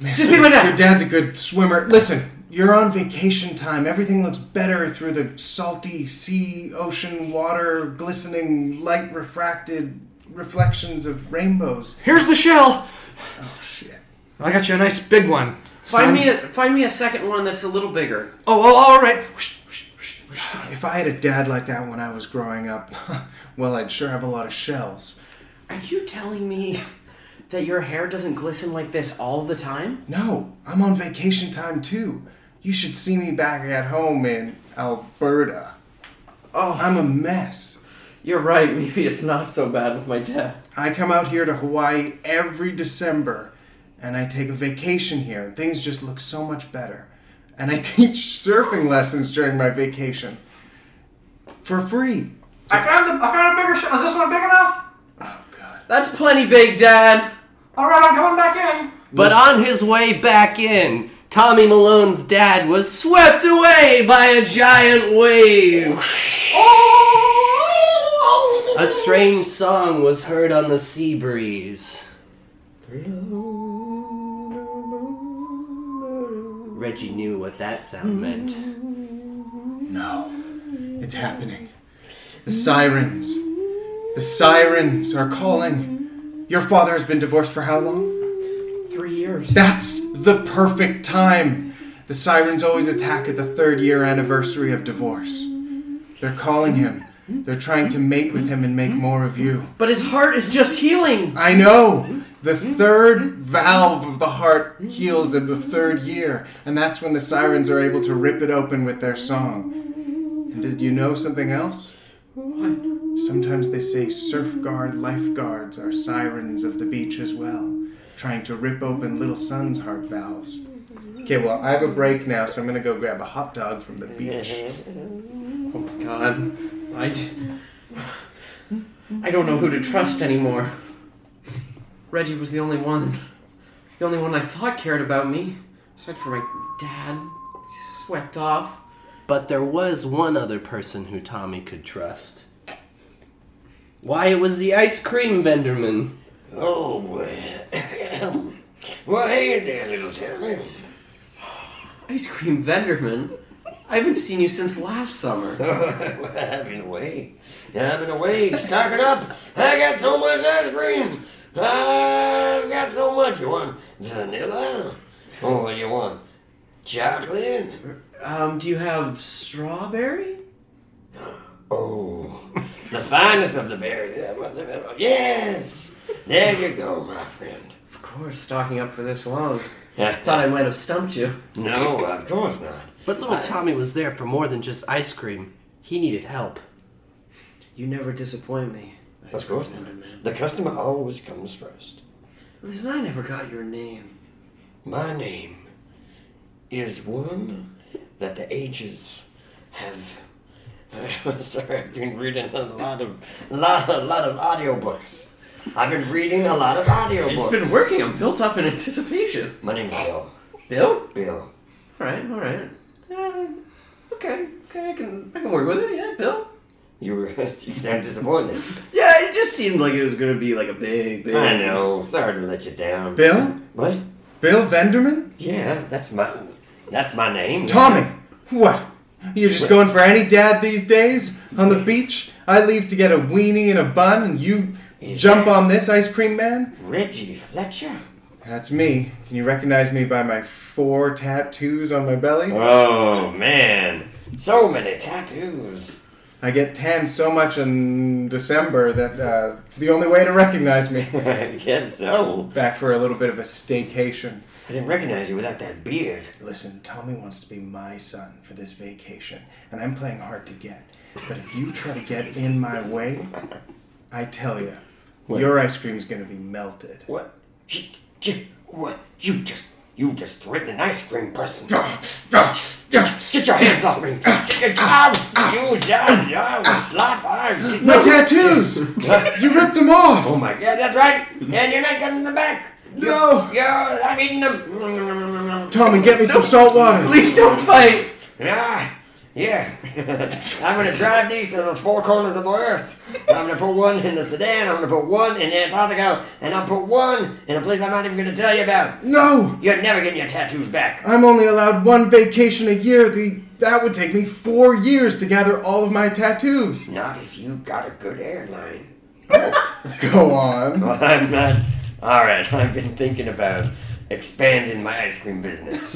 [SPEAKER 3] Man,
[SPEAKER 4] Just be my dad.
[SPEAKER 3] Your dad's a good swimmer. Listen, you're on vacation time. Everything looks better through the salty sea, ocean water, glistening, light refracted reflections of rainbows.
[SPEAKER 2] Here's the shell.
[SPEAKER 3] Oh shit.
[SPEAKER 2] I got you a nice big one.
[SPEAKER 4] Find
[SPEAKER 2] son.
[SPEAKER 4] me a find me a second one that's a little bigger.
[SPEAKER 2] Oh, oh, all right.
[SPEAKER 3] If I had a dad like that when I was growing up, *laughs* well, I'd sure have a lot of shells.
[SPEAKER 4] Are you telling me *laughs* that your hair doesn't glisten like this all the time?
[SPEAKER 3] No, I'm on vacation time too. You should see me back at home in Alberta. Oh, I'm a mess.
[SPEAKER 4] You're right. Maybe it's not so bad with my dad.
[SPEAKER 3] I come out here to Hawaii every December and I take a vacation here. Things just look so much better. And I *laughs* teach surfing lessons during my vacation for free.
[SPEAKER 6] I found the, I found a bigger shell. Is this one big enough?
[SPEAKER 3] Oh, God.
[SPEAKER 4] That's plenty big, Dad.
[SPEAKER 6] All right, I'm coming back in.
[SPEAKER 1] But on his way back in, Tommy Malone's dad was swept away by a giant wave. A strange song was heard on the sea breeze. Reggie knew what that sound meant.
[SPEAKER 3] No, it's happening. The sirens. The sirens are calling. Your father has been divorced for how long?
[SPEAKER 4] Three years.
[SPEAKER 3] That's the perfect time. The sirens always attack at the third year anniversary of divorce. They're calling him. They're trying to mate with him and make more of you.
[SPEAKER 4] But his heart is just healing.
[SPEAKER 3] I know! The third valve of the heart heals at the third year, and that's when the sirens are able to rip it open with their song. And did you know something else? Sometimes they say surf guard lifeguards are sirens of the beach as well, trying to rip open little son's heart valves. Okay, well, I have a break now, so I'm gonna go grab a hot dog from the beach.
[SPEAKER 5] Mm-hmm.
[SPEAKER 4] God, I. d- I don't know who to trust anymore. Reggie was the only one, the only one I thought cared about me, aside from my dad. He swept off.
[SPEAKER 1] But there was one other person who Tommy could trust. Why, it was the ice cream venderman.
[SPEAKER 5] Oh, well. *clears throat* well, hey there, little Tommy.
[SPEAKER 4] Ice cream venderman. I haven't seen you since last summer.
[SPEAKER 5] I've been away. I've been away. Stock it up. I got so much ice cream. I got so much. You want vanilla? Oh, you want chocolate?
[SPEAKER 4] Um, do you have strawberry?
[SPEAKER 5] Oh, the finest of the berries. Yes. There you go, my friend.
[SPEAKER 4] Of course, stocking up for this alone.
[SPEAKER 5] Yeah.
[SPEAKER 4] Thought I might have stumped you.
[SPEAKER 5] No, of course not.
[SPEAKER 1] But little Tommy was there for more than just ice cream. He needed help.
[SPEAKER 4] You never disappoint me. Ice
[SPEAKER 5] Of course
[SPEAKER 4] cream
[SPEAKER 5] not.
[SPEAKER 4] venderman.
[SPEAKER 5] The customer always comes first.
[SPEAKER 4] Listen, I never got your name.
[SPEAKER 5] My name is one that the ages have. *laughs* sorry, I've been reading a lot of, a lot, a lot of audiobooks. I've been reading a lot of audiobooks.
[SPEAKER 4] It's been working. I'm built up in anticipation.
[SPEAKER 5] My name's Bill.
[SPEAKER 4] Bill?
[SPEAKER 5] Bill.
[SPEAKER 4] All right, all right. Uh, okay, okay, I can, I can work with it. Yeah, Bill.
[SPEAKER 5] You were, *laughs* you sound disappointed.
[SPEAKER 4] Yeah, it just seemed like it was gonna be like a big, big.
[SPEAKER 5] I know. Sorry to let you down.
[SPEAKER 3] Bill?
[SPEAKER 5] What?
[SPEAKER 3] Bill Venderman?
[SPEAKER 5] Yeah, that's my, that's my name.
[SPEAKER 3] Tommy! What? You're just going for any dad these days? On the beach? I leave to get a weenie and a bun, and you
[SPEAKER 5] Is
[SPEAKER 3] jump
[SPEAKER 5] that-
[SPEAKER 3] on this ice cream man?
[SPEAKER 5] Reggie Fletcher.
[SPEAKER 3] That's me. Can you recognize me by my four tattoos on my belly?
[SPEAKER 5] Oh man, so many tattoos. *laughs*
[SPEAKER 3] I get tan so much in December that uh, it's the only way to recognize me. *laughs*
[SPEAKER 5] yes, so.
[SPEAKER 3] Back for a little bit of a staycation.
[SPEAKER 5] I didn't recognize you without that beard.
[SPEAKER 3] Listen, Tommy wants to be my son for this vacation, and I'm playing hard to get. But if you try to get in my way, I tell you, your ice cream's gonna be melted. *coughs*
[SPEAKER 5] What? You, you, what? You just, you just threatened an ice cream person. Get your hands off me! Get your ow, you, ah, yeah, yeah, slap, ow, get
[SPEAKER 3] My
[SPEAKER 5] some-
[SPEAKER 3] tattoos! You ripped them
[SPEAKER 5] Oh
[SPEAKER 3] off!
[SPEAKER 5] my god, that's right! And you're not getting them back!
[SPEAKER 3] No!
[SPEAKER 5] Yeah, I'm eating them!
[SPEAKER 3] Tommy, get me some salt water!
[SPEAKER 4] Please don't fight.
[SPEAKER 5] Ah, yeah. *laughs* I'm gonna drive these to the four corners of the earth. I'm gonna put one in the Sudan, I'm gonna put one in Antarctica, and I'll put one in a place I'm not even gonna tell you about.
[SPEAKER 3] No!
[SPEAKER 5] You're never getting your tattoos back.
[SPEAKER 3] I'm only allowed one vacation a year. The that would take me four years to gather all of my tattoos.
[SPEAKER 5] Not if you got a good airline.
[SPEAKER 3] Go on.
[SPEAKER 5] Well, I'm not. Alright, I've been thinking about expanding my ice cream
[SPEAKER 3] *laughs*
[SPEAKER 5] business.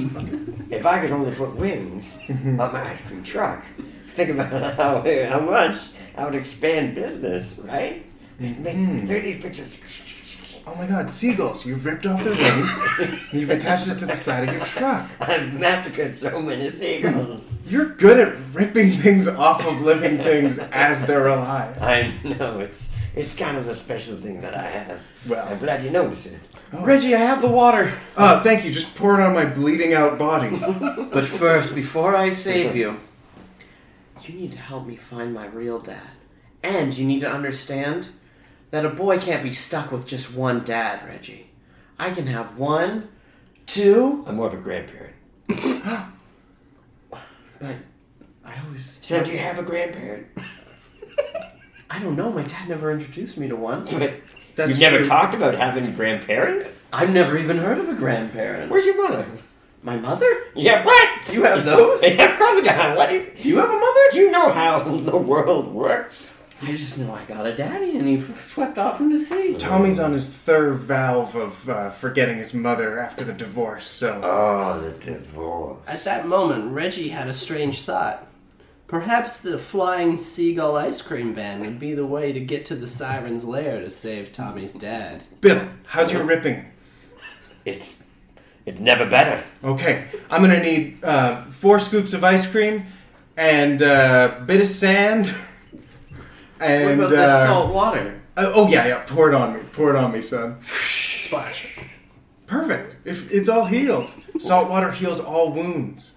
[SPEAKER 5] if I could only put wings on
[SPEAKER 3] Mm-hmm.
[SPEAKER 5] my ice cream truck, think about how, how much I would expand business, right? Make-
[SPEAKER 3] Mm-hmm.
[SPEAKER 5] Look at these pictures.
[SPEAKER 3] Oh my god, seagulls, you've ripped off their wings. and You've attached it to the side of your truck.
[SPEAKER 5] I've massacred so many
[SPEAKER 3] *laughs*
[SPEAKER 5] seagulls.
[SPEAKER 3] You're good at ripping things off of living things as they're alive.
[SPEAKER 5] I know it's it's kind of a special thing that I have.
[SPEAKER 3] Well.
[SPEAKER 5] I'm glad you noticed it.
[SPEAKER 4] Reggie, I have the water.
[SPEAKER 3] Oh, thank you. Just pour it on my bleeding out body.
[SPEAKER 4] But first, before I save you, you need to help me find my real dad. And you need to understand that a boy can't be stuck with just one dad, Reggie. I can have one, two,
[SPEAKER 5] I'm more of a grandparent.
[SPEAKER 4] but I always.
[SPEAKER 5] So do you have a grandparent?
[SPEAKER 4] I don't know, my dad never introduced me to one.
[SPEAKER 5] But
[SPEAKER 3] That's
[SPEAKER 5] you've never
[SPEAKER 3] true.
[SPEAKER 5] talked about having grandparents.
[SPEAKER 4] I've never even heard of a grandparent.
[SPEAKER 5] Where's your mother?
[SPEAKER 4] My mother?
[SPEAKER 5] Yeah, what?
[SPEAKER 4] Do you have those?
[SPEAKER 5] Yeah, *laughs* of course I got. What? Do you,
[SPEAKER 4] Do you have a mother?
[SPEAKER 5] do you know how *laughs* the world works?
[SPEAKER 4] I just know I got a daddy and he swept off into sea.
[SPEAKER 3] Tommy's on his third valve of uh, forgetting his mother after the divorce, so.
[SPEAKER 5] Oh, the divorce.
[SPEAKER 1] At that moment, Reggie had a strange thought. Perhaps the flying seagull ice cream van would be the way to get to the siren's lair to save Tommy's dad.
[SPEAKER 3] Bill, how's your ripping?
[SPEAKER 5] It's it's never better.
[SPEAKER 3] Okay, I'm gonna need uh, four scoops of ice cream and uh, bit of sand.
[SPEAKER 4] What
[SPEAKER 3] And
[SPEAKER 4] about this
[SPEAKER 3] uh,
[SPEAKER 4] salt water?
[SPEAKER 3] uh, oh yeah, yeah. Pour it on me. Pour it on me, son.
[SPEAKER 1] Splash.
[SPEAKER 3] Perfect. If it's all healed, salt water heals all wounds.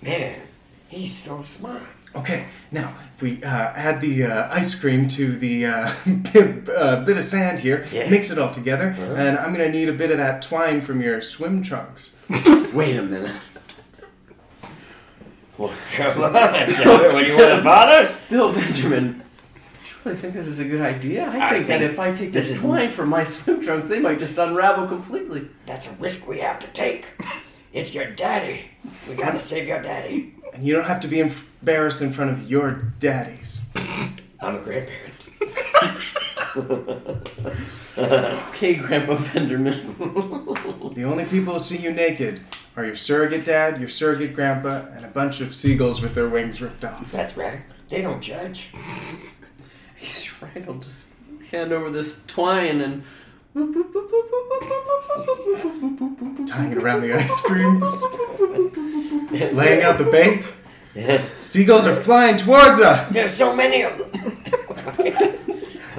[SPEAKER 5] Man, he's so smart.
[SPEAKER 3] Okay, now if we uh, add the uh, ice cream to the uh, *laughs* bit, uh, bit of sand here,
[SPEAKER 5] Yeah.
[SPEAKER 3] mix it all together, and I'm gonna need a bit of that twine from your swim trunks.
[SPEAKER 4] Wait a minute.
[SPEAKER 5] Well, *laughs* come on, Tyler, what do you want to bother?
[SPEAKER 4] *laughs* Bill Benjamin, do you really think this is a good idea? I think,
[SPEAKER 5] I
[SPEAKER 4] that
[SPEAKER 5] think
[SPEAKER 4] if I take
[SPEAKER 5] this
[SPEAKER 4] this
[SPEAKER 5] is-
[SPEAKER 4] twine from my *laughs* swim trunks, they might just unravel completely.
[SPEAKER 5] That's a risk we have to take. It's your daddy. We gotta save your daddy.
[SPEAKER 3] And you don't have to be embarrassed in front of your daddies.
[SPEAKER 5] I'm a grandparent.
[SPEAKER 4] Okay, *laughs* Grandpa *laughs* Benderman.
[SPEAKER 3] The only people who see you naked are your surrogate dad, your surrogate grandpa, and a bunch of seagulls with their wings ripped off.
[SPEAKER 5] That's right. They don't judge.
[SPEAKER 4] Yes, you're right. I'll just hand over this twine and. boop, boop, boop, boop, boop, boop, boop, boop, boop, boop, boop, boop, boop.
[SPEAKER 3] Tying it around the ice
[SPEAKER 5] *laughs*
[SPEAKER 3] creams, laying out the bait. Seagulls are flying towards us!
[SPEAKER 5] There's so many of them. *laughs*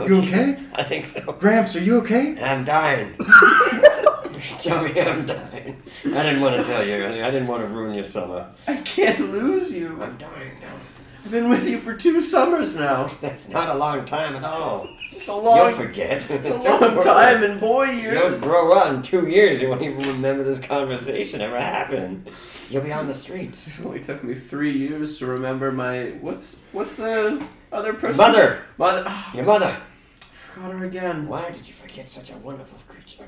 [SPEAKER 3] You okay?
[SPEAKER 5] I think so.
[SPEAKER 3] Gramps, are you okay?
[SPEAKER 4] *laughs*
[SPEAKER 5] I'm dying. *laughs* tell me I'm dying. I didn't want to tell you. I didn't want to ruin your summer.
[SPEAKER 4] I can't lose you.
[SPEAKER 5] I'm dying now.
[SPEAKER 4] I've been with you for two summers now.
[SPEAKER 5] That's not a long time at all.
[SPEAKER 4] It's a
[SPEAKER 5] You'll
[SPEAKER 4] long,
[SPEAKER 5] forget.
[SPEAKER 4] it's
[SPEAKER 5] *laughs*
[SPEAKER 4] a
[SPEAKER 5] Don't
[SPEAKER 4] long
[SPEAKER 5] worry.
[SPEAKER 4] time, and boy,
[SPEAKER 5] You'll
[SPEAKER 4] you're.
[SPEAKER 5] grow up in two years. You won't even remember this conversation ever happened. You'll be on the streets.
[SPEAKER 4] It only took me three years to remember my what's what's the other person?
[SPEAKER 5] Mother,
[SPEAKER 4] Mother. Ah,
[SPEAKER 5] your mother.
[SPEAKER 4] forgot her again.
[SPEAKER 5] Why did you forget such a wonderful creature?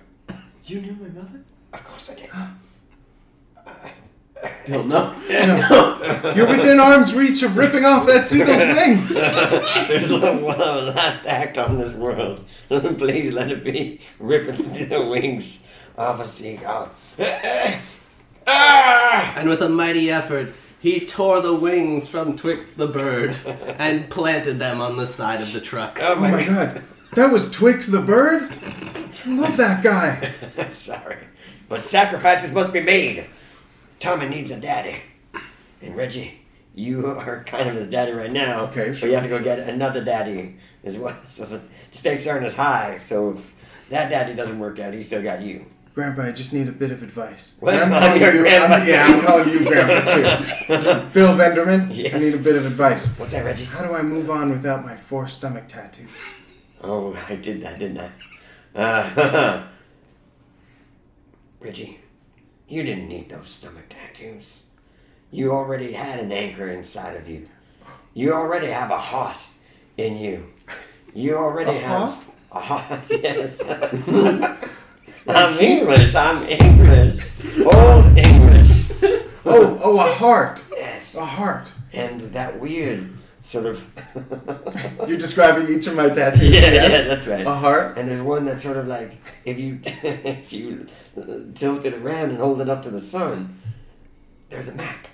[SPEAKER 4] You knew my mother?
[SPEAKER 5] Of course I did.
[SPEAKER 4] Bill, *laughs* no.
[SPEAKER 3] You're
[SPEAKER 5] *laughs*
[SPEAKER 3] within arm's reach of ripping off that seagull's wing.
[SPEAKER 5] There's only one last act on this world. *laughs* Please let it be ripping the wings of a seagull. *laughs* Ah!
[SPEAKER 1] And with a mighty effort, he tore the wings from Twix the
[SPEAKER 4] *laughs*
[SPEAKER 1] bird and planted them on the side of the truck.
[SPEAKER 5] Oh
[SPEAKER 3] Oh my
[SPEAKER 5] my
[SPEAKER 3] god, that was Twix the bird. I love that guy.
[SPEAKER 5] god. *laughs* Sorry. But sacrifices must be made. Tommy needs a daddy. And Reggie, you are kind of his daddy right now.
[SPEAKER 3] Okay,
[SPEAKER 5] But you have to go get another daddy as well. *laughs* So the stakes aren't as high. So if that daddy doesn't work out, he's still got you. *laughs*
[SPEAKER 3] Grandpa, I just need a bit of advice.
[SPEAKER 5] What
[SPEAKER 3] And
[SPEAKER 5] about your
[SPEAKER 3] you,
[SPEAKER 5] grandpa
[SPEAKER 3] I'm, yeah,
[SPEAKER 5] too?
[SPEAKER 3] I'm calling you Grandpa
[SPEAKER 5] *laughs*
[SPEAKER 3] too. Bill Venderman, I
[SPEAKER 5] Yes.
[SPEAKER 3] need a bit of advice.
[SPEAKER 5] What's that, Reggie?
[SPEAKER 3] How do I move on without my four stomach tattoo?
[SPEAKER 5] Oh, *laughs* I did that, didn't I? Uh, *laughs* Reggie, you didn't need those stomach tattoos. You already had an anchor inside of you. You already have a heart in you. You already
[SPEAKER 3] A
[SPEAKER 5] have
[SPEAKER 3] heart?
[SPEAKER 5] a heart. *laughs* Yes. I'm English. I'm English. Old English.
[SPEAKER 3] Oh, oh, a heart.
[SPEAKER 5] Yes.
[SPEAKER 3] A heart.
[SPEAKER 5] And that weird sort of. *laughs*
[SPEAKER 3] You're describing each of my tattoos.
[SPEAKER 5] yeah,
[SPEAKER 3] yes?
[SPEAKER 5] yeah, that's right.
[SPEAKER 3] A heart.
[SPEAKER 5] And there's one that's sort of like if you *laughs* if you tilt it around and hold it up to the sun, there's a map.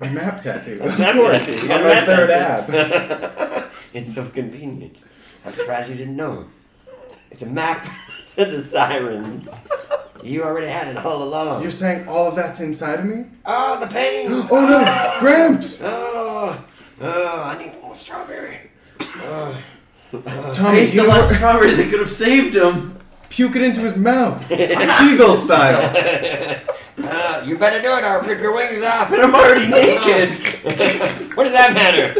[SPEAKER 3] My map tattoo. *laughs*
[SPEAKER 5] A
[SPEAKER 3] Of
[SPEAKER 5] map
[SPEAKER 3] course.
[SPEAKER 5] tattoo.
[SPEAKER 3] On
[SPEAKER 5] You got a
[SPEAKER 3] my
[SPEAKER 5] map
[SPEAKER 3] third
[SPEAKER 5] tattoo.
[SPEAKER 3] ab.
[SPEAKER 5] *laughs* it's so convenient. I'm surprised you didn't know. It's a map *laughs* to the sirens. You already had it all along.
[SPEAKER 3] You're saying all of that's inside of me?
[SPEAKER 5] oh, the pain.
[SPEAKER 3] *gasps* Oh no, Gramps!
[SPEAKER 5] Oh, oh, I need more strawberry. Oh.
[SPEAKER 3] Tommy,
[SPEAKER 4] He's
[SPEAKER 3] do you
[SPEAKER 4] Uh, the
[SPEAKER 3] know
[SPEAKER 4] last
[SPEAKER 3] where-
[SPEAKER 4] strawberry that could have saved him.
[SPEAKER 3] puke it into his
[SPEAKER 5] *laughs*
[SPEAKER 3] mouth, seagull style.
[SPEAKER 5] Uh, you better do it or I'll rip your wings off.
[SPEAKER 4] But I'm
[SPEAKER 1] *laughs*
[SPEAKER 4] already naked.
[SPEAKER 5] *laughs* what does that matter?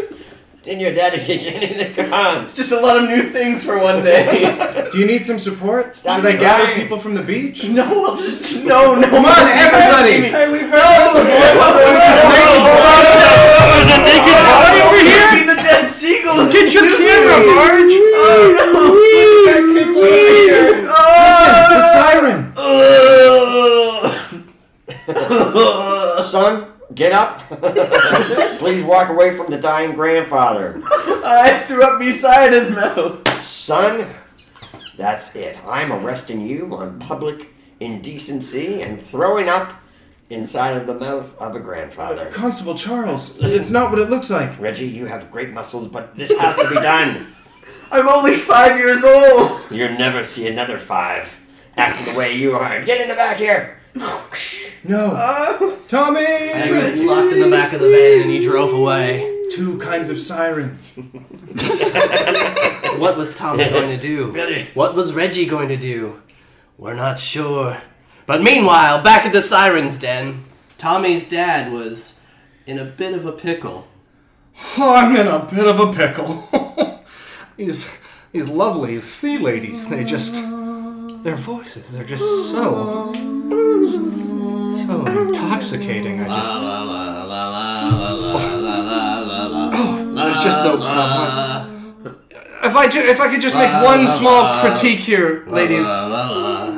[SPEAKER 5] Didn't your daddy *laughs* teach you anything? Come on.
[SPEAKER 4] It's just a lot of new things for one *laughs* day.
[SPEAKER 3] Do you need some support?
[SPEAKER 5] Stop
[SPEAKER 3] Should I gather
[SPEAKER 5] crying.
[SPEAKER 3] people from the beach?
[SPEAKER 4] no, I'll just no, no.
[SPEAKER 3] Come on, everybody!
[SPEAKER 4] Hey, we
[SPEAKER 1] *laughs*
[SPEAKER 5] naked
[SPEAKER 4] over here. The dead seagulls. Get your
[SPEAKER 5] camera,
[SPEAKER 4] Marge.
[SPEAKER 3] Listen, the siren.
[SPEAKER 4] *laughs*
[SPEAKER 5] Son, get up. Please walk away from the dying grandfather.
[SPEAKER 4] I threw up beside his mouth.
[SPEAKER 5] Son, that's it. I'm arresting you on public indecency and throwing up inside of the mouth of a grandfather.
[SPEAKER 3] Constable Charles, it's not what it looks like.
[SPEAKER 5] Reggie, you have great muscles, but this has to be done.
[SPEAKER 4] *laughs* I'm only five years old.
[SPEAKER 5] You'll never see another five acting the way you are. Get in the
[SPEAKER 4] *laughs*
[SPEAKER 5] back here.
[SPEAKER 3] No.
[SPEAKER 4] Uh,
[SPEAKER 1] And he was
[SPEAKER 3] Tommy!
[SPEAKER 1] locked in the back of the van and he drove away.
[SPEAKER 3] Two kinds of sirens.
[SPEAKER 1] What was Tommy going to do?
[SPEAKER 5] Billy.
[SPEAKER 1] What was Reggie going to do? We're not sure. But meanwhile, back at the siren's den, Tommy's dad was in a bit of a pickle.
[SPEAKER 2] Oh, I'm in a bit of a pickle. *laughs* these these lovely sea ladies, they just their voices are just so so intoxicating. I just
[SPEAKER 1] La la la la la la la la la la.
[SPEAKER 2] it's Oh, just the, if I ju- if I could just make one small critique here, ladies.
[SPEAKER 1] La la la.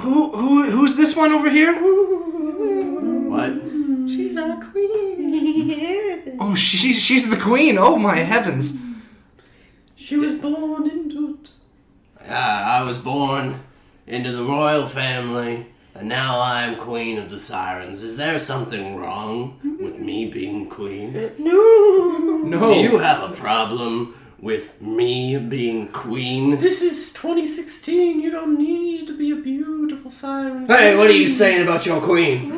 [SPEAKER 2] Who who who's this one over here?
[SPEAKER 1] What?
[SPEAKER 2] Oh, she's she's the queen. Oh my heavens.
[SPEAKER 4] she was born into it.
[SPEAKER 1] Ah, I was born into the royal family, and now I am queen of the sirens. Is there something wrong with me being queen?
[SPEAKER 2] No.
[SPEAKER 1] Do you have a problem with me being queen?
[SPEAKER 4] This is 2016. You don't need to be a beautiful siren.
[SPEAKER 1] Hey, what are you saying about your queen?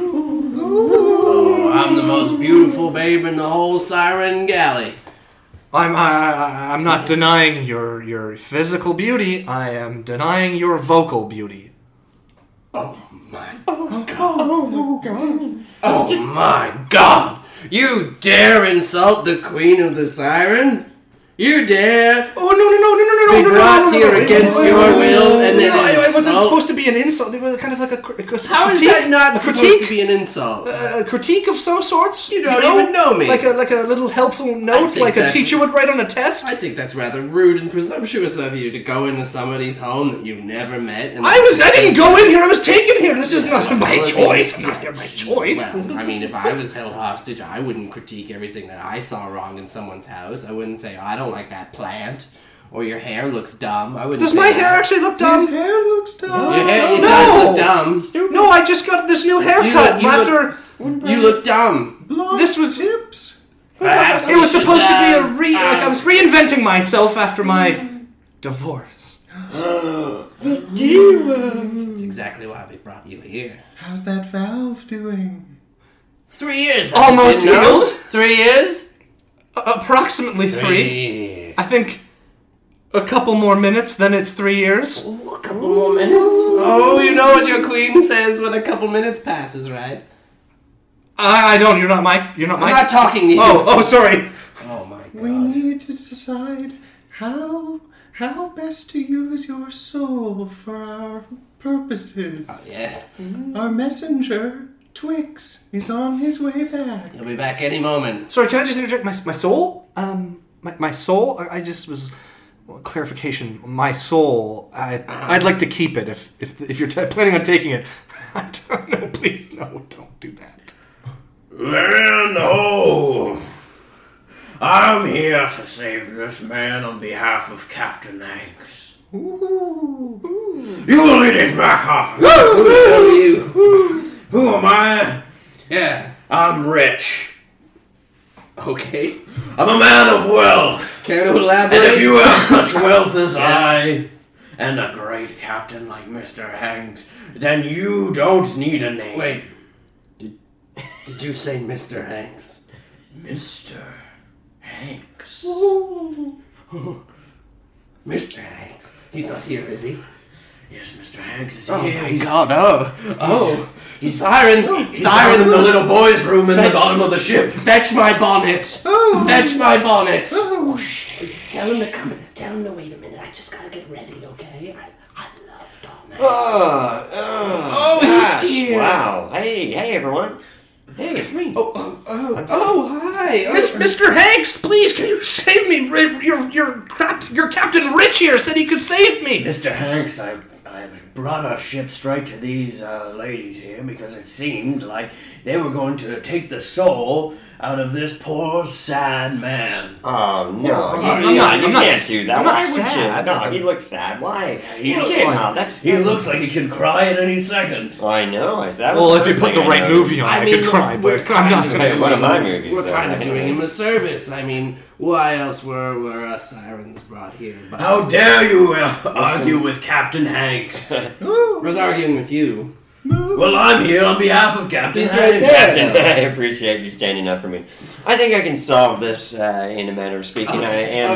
[SPEAKER 1] Oh, I'm the most beautiful babe in the whole siren galley.
[SPEAKER 2] I'm I, I, I'm not denying your your physical beauty. I am denying your vocal beauty.
[SPEAKER 1] Oh, My God. Oh, my God. You dare insult the Queen of the Sirens? You dare?
[SPEAKER 2] Oh no no no no no no
[SPEAKER 1] Be
[SPEAKER 2] no! no,
[SPEAKER 1] brought
[SPEAKER 2] no, no,
[SPEAKER 1] here
[SPEAKER 2] no, no,
[SPEAKER 1] against
[SPEAKER 2] no,
[SPEAKER 1] your
[SPEAKER 2] no,
[SPEAKER 1] will and
[SPEAKER 2] no,
[SPEAKER 1] then
[SPEAKER 2] no, it wasn't
[SPEAKER 1] insult-
[SPEAKER 2] supposed to be an insult. It was kind of like a, cr- a critique,
[SPEAKER 1] How is that not
[SPEAKER 2] a
[SPEAKER 1] supposed
[SPEAKER 2] critique,
[SPEAKER 1] to be an insult?
[SPEAKER 2] a critique of some sorts?
[SPEAKER 1] You don't even know me.
[SPEAKER 2] Like a like a little helpful note,
[SPEAKER 1] think
[SPEAKER 2] like a
[SPEAKER 1] that's-
[SPEAKER 2] teacher would write on a test.
[SPEAKER 1] I think that's rather rude and presumptuous of you to go into somebody's home that you've never met. And
[SPEAKER 2] I was I didn't go in here. I was taken here. This is not my
[SPEAKER 1] Well,
[SPEAKER 2] choice. I'm
[SPEAKER 1] yeah,
[SPEAKER 2] not here by
[SPEAKER 1] gee,
[SPEAKER 2] choice.
[SPEAKER 1] Well, I mean, if I was
[SPEAKER 2] *laughs*
[SPEAKER 1] held hostage, I wouldn't critique everything that I saw wrong in someone's house. I wouldn't say, I don't like that plant, or your hair looks dumb. I wouldn't
[SPEAKER 2] Does
[SPEAKER 1] say
[SPEAKER 2] my hair
[SPEAKER 1] that.
[SPEAKER 2] actually look
[SPEAKER 3] His
[SPEAKER 2] dumb?
[SPEAKER 3] hair looks dumb.
[SPEAKER 1] Your hair, it
[SPEAKER 2] No!
[SPEAKER 1] does look dumb.
[SPEAKER 2] No, I just got this new haircut
[SPEAKER 1] you look-
[SPEAKER 2] after.
[SPEAKER 1] You look dumb.
[SPEAKER 3] Blonde
[SPEAKER 2] This was-
[SPEAKER 3] tips.
[SPEAKER 2] It was supposed to be a re. Like I was reinventing myself after my divorce.
[SPEAKER 1] It's exactly why we brought you here.
[SPEAKER 3] How's that valve doing?
[SPEAKER 1] Three years.
[SPEAKER 2] Almost
[SPEAKER 1] you know?
[SPEAKER 2] healed?
[SPEAKER 1] Three years?
[SPEAKER 2] Approximately three.
[SPEAKER 1] years.
[SPEAKER 2] I think a couple more minutes, then it's three years.
[SPEAKER 1] A couple more minutes. Oh, you know what your queen
[SPEAKER 2] *laughs*
[SPEAKER 1] says when a couple minutes passes, right?
[SPEAKER 2] I, I don't. You're not my. You're not my.
[SPEAKER 1] I'm not talking to you.
[SPEAKER 2] oh, oh, sorry.
[SPEAKER 1] Oh my god.
[SPEAKER 3] We need to decide how how best to use your soul for our purposes.
[SPEAKER 1] Uh, Yes.
[SPEAKER 3] Our messenger, Twix, is on his way back.
[SPEAKER 1] He'll be back any moment.
[SPEAKER 2] Sorry. Can I just interject? My my soul. Um, my, my soul. I, I just was. well, clarification. My soul. I I'd like to keep it if if if you're t- planning on taking it. *laughs* I don't know. Please no. Don't do that.
[SPEAKER 7] Well, no. I'm here to save this man on behalf of Captain Hanks. You will lead us back off.
[SPEAKER 1] Who the hell are you?
[SPEAKER 7] Who am I?
[SPEAKER 1] Yeah.
[SPEAKER 7] I'm rich.
[SPEAKER 1] Okay.
[SPEAKER 7] I'm a man of wealth.
[SPEAKER 1] Care to
[SPEAKER 7] And if
[SPEAKER 1] elaborate?
[SPEAKER 7] you have such wealth as I, and a great captain like Mr. Hanks, then you don't need a name.
[SPEAKER 1] Wait. Did, did you say Mr. Hanks?
[SPEAKER 7] Mr. Hanks.
[SPEAKER 1] Mr. Hanks. He's not here, is he?
[SPEAKER 7] Yes, Mr. Hanks is
[SPEAKER 1] Oh
[SPEAKER 7] here.
[SPEAKER 1] my
[SPEAKER 7] He's-
[SPEAKER 1] god, oh. Oh. sirens.
[SPEAKER 7] He's down
[SPEAKER 1] sirens.
[SPEAKER 7] in the little boy's room in the
[SPEAKER 1] Fetch-
[SPEAKER 7] bottom of the ship.
[SPEAKER 1] Fetch my bonnet.
[SPEAKER 3] Oh.
[SPEAKER 1] Fetch my bonnet.
[SPEAKER 3] Oh,
[SPEAKER 1] Tell him to come. Tell him to wait a minute. I just gotta get ready, okay? I, I love Tom. Hanks.
[SPEAKER 5] oh,
[SPEAKER 1] he's here.
[SPEAKER 5] Wow. Hey, hey, everyone. Hey, it's me.
[SPEAKER 1] Oh, oh, oh, oh, hi. Oh,
[SPEAKER 2] Miss, Mr. Hanks, please, can you save me? Ri- Your, your, crap, your Captain Rich here said he could save me.
[SPEAKER 7] Mr. Hanks, I, I brought our ship straight to these uh, ladies here because it seemed like they were going to take the soul out of this poor, sad man.
[SPEAKER 5] Oh no! you,
[SPEAKER 2] I'm
[SPEAKER 5] you-
[SPEAKER 2] not-
[SPEAKER 5] you
[SPEAKER 2] I'm not
[SPEAKER 5] can't
[SPEAKER 2] s-
[SPEAKER 5] do that.
[SPEAKER 2] I'm
[SPEAKER 5] Why
[SPEAKER 2] not
[SPEAKER 5] would
[SPEAKER 2] sad.
[SPEAKER 5] you? No, he looks sad. Why?
[SPEAKER 7] He,
[SPEAKER 5] You
[SPEAKER 7] he,
[SPEAKER 5] can't. No, that's Oh,
[SPEAKER 7] he looks like he could cry at any second.
[SPEAKER 5] I know. I that
[SPEAKER 2] Well,
[SPEAKER 5] was
[SPEAKER 2] if
[SPEAKER 5] the
[SPEAKER 2] you
[SPEAKER 5] first
[SPEAKER 2] put the
[SPEAKER 5] thing I
[SPEAKER 2] right
[SPEAKER 5] noticed.
[SPEAKER 2] movie on,
[SPEAKER 1] I
[SPEAKER 2] I,
[SPEAKER 1] mean,
[SPEAKER 2] could
[SPEAKER 1] look,
[SPEAKER 2] cry,
[SPEAKER 1] we're
[SPEAKER 2] but I'm not
[SPEAKER 1] kind of
[SPEAKER 2] gonna.
[SPEAKER 5] Hey, one of my movies.
[SPEAKER 1] We're
[SPEAKER 5] though. *laughs*
[SPEAKER 1] kind of doing him a service. I mean, why else were were us sirens brought here? But
[SPEAKER 7] How dare you uh, argue with Captain Hanks?
[SPEAKER 1] I was arguing with you.
[SPEAKER 7] well, I'm here on behalf of Captain
[SPEAKER 1] He's right
[SPEAKER 7] Hanks.
[SPEAKER 1] there.
[SPEAKER 5] Captain, *laughs* I appreciate you standing up for me. I think I can solve this uh, in a manner of speaking. I
[SPEAKER 1] oh,